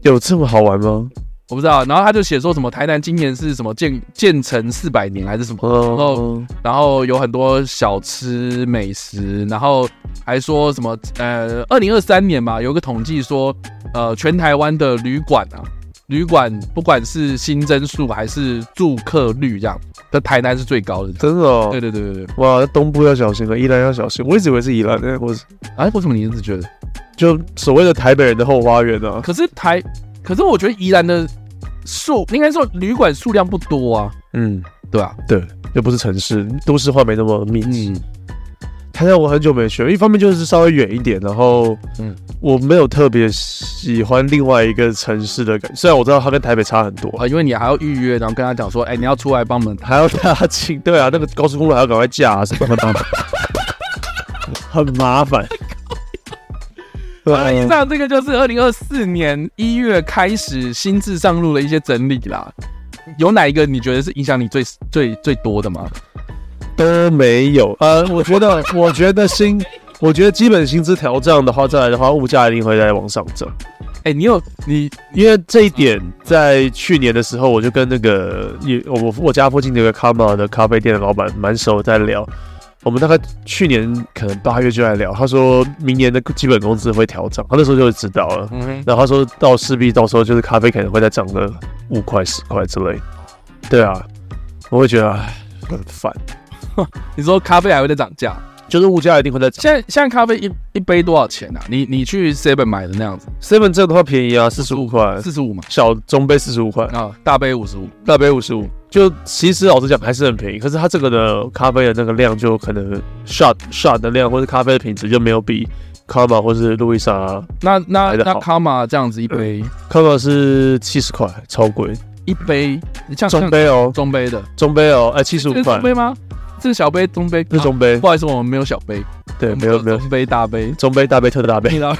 Speaker 2: 有这么好玩吗？
Speaker 1: 我不知道，然后他就写说什么台南今年是什么建建成四百年还是什么，
Speaker 2: 哦，
Speaker 1: 然后有很多小吃美食，然后还说什么呃，二零二三年嘛，有个统计说，呃，全台湾的旅馆啊，旅馆不管是新增数还是住客率这样，在台南是最高的。
Speaker 2: 真的哦
Speaker 1: 对，对对对对，
Speaker 2: 哇，东部要小心了，啊宜兰要小心。我一直以为是宜兰呢，欸我是
Speaker 1: 哎，为什么你一直觉得？
Speaker 2: 就所谓的台北人的后花园啊。
Speaker 1: 可是台，可是我觉得宜兰的数应该说旅馆数量不多啊，
Speaker 2: 嗯，
Speaker 1: 对吧、
Speaker 2: 对，又不是城市，都市化没那么密集。
Speaker 1: 嗯，
Speaker 2: 台南我很久没去，一方面就是稍微远一点，然后
Speaker 1: 嗯
Speaker 2: 嗯，我没有特别喜欢另外一个城市的感虽然我知道它跟台北差很多，
Speaker 1: 啊，因为你还要预约，然后跟他讲说，哎，你要出来帮我们
Speaker 2: 还要搭亲，对啊，那个高速公路还要赶快架、 啊，什么的，很麻烦。对
Speaker 1: 好了，以
Speaker 2: 啊，
Speaker 1: 上这个就是二零二四年一月开始新制上路的一些整理啦。有哪一个你觉得是影响你最最最多的吗？
Speaker 2: 都没有。呃，我觉得，我觉得薪，我觉得基本薪资调涨的话，再来的话，物价一定会再往上涨。
Speaker 1: 哎、你有你
Speaker 2: 因为这一点，在去年的时候，我就跟那个也我我我家附近的有个卡玛的咖啡店的老板蛮熟，在聊。我们大概去年可能八月就在聊，他说明年的基本工资会调涨，他那时候就知道了。
Speaker 1: 嗯
Speaker 2: 然后他说到势必到时候就是咖啡可能会再涨个五块十块之类的。对啊，我会觉得唉很烦，
Speaker 1: 你说咖啡还会再涨价？
Speaker 2: 就是物价一定会在涨。
Speaker 1: 现在现在咖啡一一杯多少钱啊？你你去 Seven 买的那样子，
Speaker 2: seven 这个的话便宜啊，四十五块，
Speaker 1: 四十五嘛，
Speaker 2: 小中杯四十五块，
Speaker 1: 啊，大杯五十五。
Speaker 2: 大杯五十五。就其实老实讲还是很便宜，可是它这个的咖啡的那个量就可能 shot shot 的量或者咖啡的品质就没有比 Karma 或是路易莎
Speaker 1: 那那
Speaker 2: 来得
Speaker 1: 那
Speaker 2: 好嗯
Speaker 1: Karma 这样子一杯、
Speaker 2: ，Karma 是七十块，超贵，
Speaker 1: 一杯，你像
Speaker 2: 中杯哦，
Speaker 1: 中杯的
Speaker 2: 中杯哦，哎七十五
Speaker 1: 这是
Speaker 2: 块
Speaker 1: 中，杯吗？这是小杯、中杯、
Speaker 2: 这是
Speaker 1: 啊
Speaker 2: 中杯
Speaker 1: 不，好意思，我们没有小杯，
Speaker 2: 对，
Speaker 1: 我们
Speaker 2: 没有没有
Speaker 1: 中杯、大杯。
Speaker 2: 中杯、大杯、特大杯，
Speaker 1: 你呢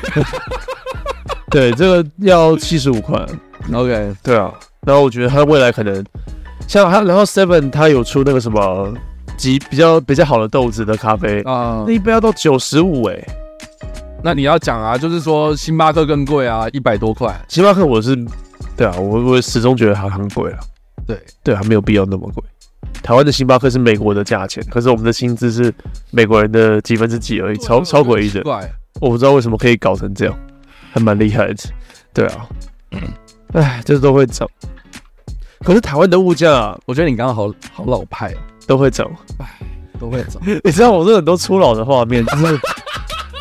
Speaker 2: 对，这个要七十五块，
Speaker 1: ？OK，
Speaker 2: 对啊。然后我觉得它未来可能像它，然后 Seven 它有出那个什么极比较比较好的豆子的咖啡，
Speaker 1: 啊、
Speaker 2: 那一杯要到九十五哎，
Speaker 1: 那你要讲啊，就是说星巴克更贵啊，一百多块。
Speaker 2: 星巴克我是对啊，我我始终觉得它很贵了，
Speaker 1: 对
Speaker 2: 对啊，没有必要那么贵。台湾的星巴克是美国的价钱，可是我们的薪资是美国人的几分之几
Speaker 1: 啊
Speaker 2: 而已，超超诡异的
Speaker 1: 奇。怪，
Speaker 2: 我不知道为什么可以搞成这样，还蛮厉害的。对 啊，哎，这都会涨。可是台湾的物价、啊、
Speaker 1: 我觉得你刚刚好好老派、啊，
Speaker 2: 都会涨。
Speaker 1: 都会涨。
Speaker 2: 你知道我这很多初老的画面，就是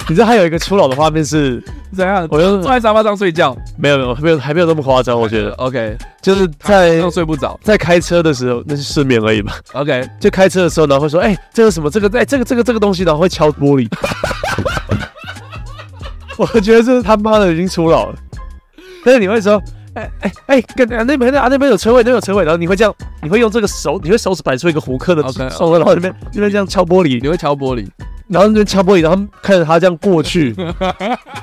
Speaker 2: 你知道还有一个初老的画面是，
Speaker 1: 怎样？
Speaker 2: 我就
Speaker 1: 坐在沙发上睡觉，
Speaker 2: 没有没有没有还没有那么夸张，我觉得
Speaker 1: OK，
Speaker 2: 就是
Speaker 1: 晚
Speaker 2: 在
Speaker 1: 上睡不着。
Speaker 2: 在开车的时候，那是失眠而已吧。
Speaker 1: OK，
Speaker 2: 就开车的时候，然后会说，哎、这个什么，这个，哎、这个这个这个东西，然后会敲玻璃。 我觉得这是他妈的已经初老了。但是你会说，哎哎哎，跟、啊、那边啊那边有车位，那边有车位，然后你会这样，你会用这个手，你会手指摆出一个胡克的
Speaker 1: OK，
Speaker 2: 手然后那边那边这样敲玻璃，
Speaker 1: 你会敲玻璃。
Speaker 2: 然后那边敲玻璃，然后看着他这样过去，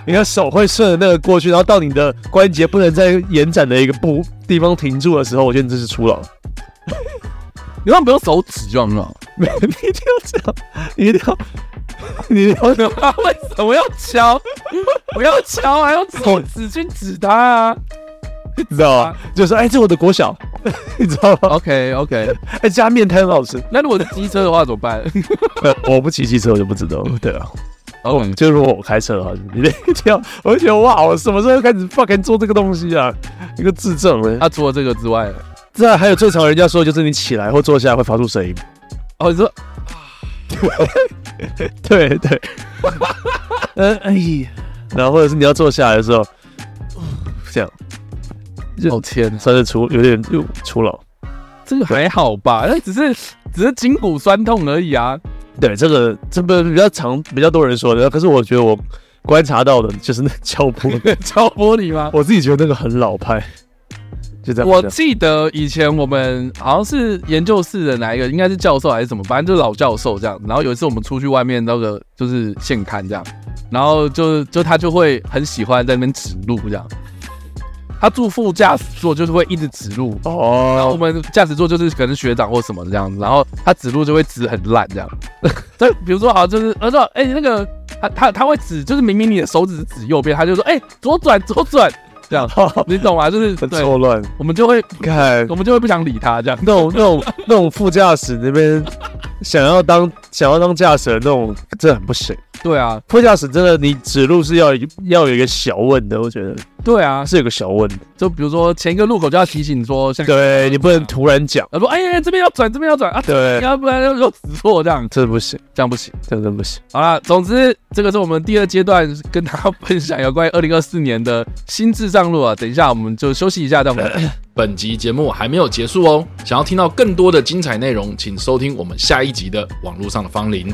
Speaker 2: 你的手会顺着那个过去，然后到你的关节不能再延展的一个部地方停住的时候，我觉得你这是初老。
Speaker 1: 你为什么不用手指就好了？
Speaker 2: 没，你一定要这样，你一定要，你一定要这样。
Speaker 1: 为什么要敲？不要敲啊，用手指去指它啊。
Speaker 2: 你知道吗？就是说哎、这我的国小， 你知道吗？
Speaker 1: OK OK，
Speaker 2: 哎、加面摊很好吃。
Speaker 1: 那如果是机车的话怎么办
Speaker 2: 呃我不骑机车，我就不知道了。对啊，
Speaker 1: ？OK，
Speaker 2: 就如果我开车的话，你一定要。 我就觉得哇，我什么时候开始 fucking 做这个东西啊？一个智障哎、啊！
Speaker 1: 那除了这个之外，
Speaker 2: 这还有最常人家说的就是你起来或坐下来会发出声音。
Speaker 1: 哦，你说
Speaker 2: 对 对，嗯哎呀，然后或者是你要坐下来的时候，这样
Speaker 1: 哦天，
Speaker 2: 算是初有点又初老。
Speaker 1: 这个还好吧？那只是只是筋骨酸痛而已啊。
Speaker 2: 对，这个这不比较常比较多人说的，可是我觉得我观察到的就是那敲 玻璃，
Speaker 1: 敲玻璃吗？
Speaker 2: 我自己觉得那个很老派，就这样。
Speaker 1: 我
Speaker 2: 这样
Speaker 1: 记得以前我们好像是研究室的哪一个，应该是教授还是什么，反正就是老教授这样。然后有一次我们出去外面那个就是现刊这样，然后就就他就会很喜欢在那边指路这样。他住副驾驶座就是会一直指路，然后我
Speaker 2: 哦，
Speaker 1: 们驾驶座就是可能学长或什么这样子，然后他指路就会指很烂这样。 对，比如说好就是他说哎、那个他他他会指，就是明明你的手指是指右边，他就说哎、左转左转这样，你懂吗？就是
Speaker 2: 很
Speaker 1: 对，
Speaker 2: 错乱。
Speaker 1: 我们就会
Speaker 2: 看
Speaker 1: 我们就会不想理他这样。
Speaker 2: 那种那种那种副驾驶那边想要当想要当驾驶的那种，这很不行。
Speaker 1: 对啊，
Speaker 2: 副驾驶真的，你指路是要要有一个小问的，我觉得
Speaker 1: 对啊，
Speaker 2: 是有个小问的。
Speaker 1: 就比如说前一个路口就要提醒说，像
Speaker 2: 对你不能突然讲，
Speaker 1: 他说哎呀这边要转，这边要转啊，
Speaker 2: 对，
Speaker 1: 要不然就又指错这样，
Speaker 2: 这不行，
Speaker 1: 这样不行。
Speaker 2: 这真不行。
Speaker 1: 好啦，总之这个是我们第二阶段跟大家分享有关于二零二四年的新智障路啊。等一下我们就休息一下，再回来。
Speaker 5: 本集节目还没有结束哦，想要听到更多的精彩内容，请收听我们下一集的《网络上的芳龄》。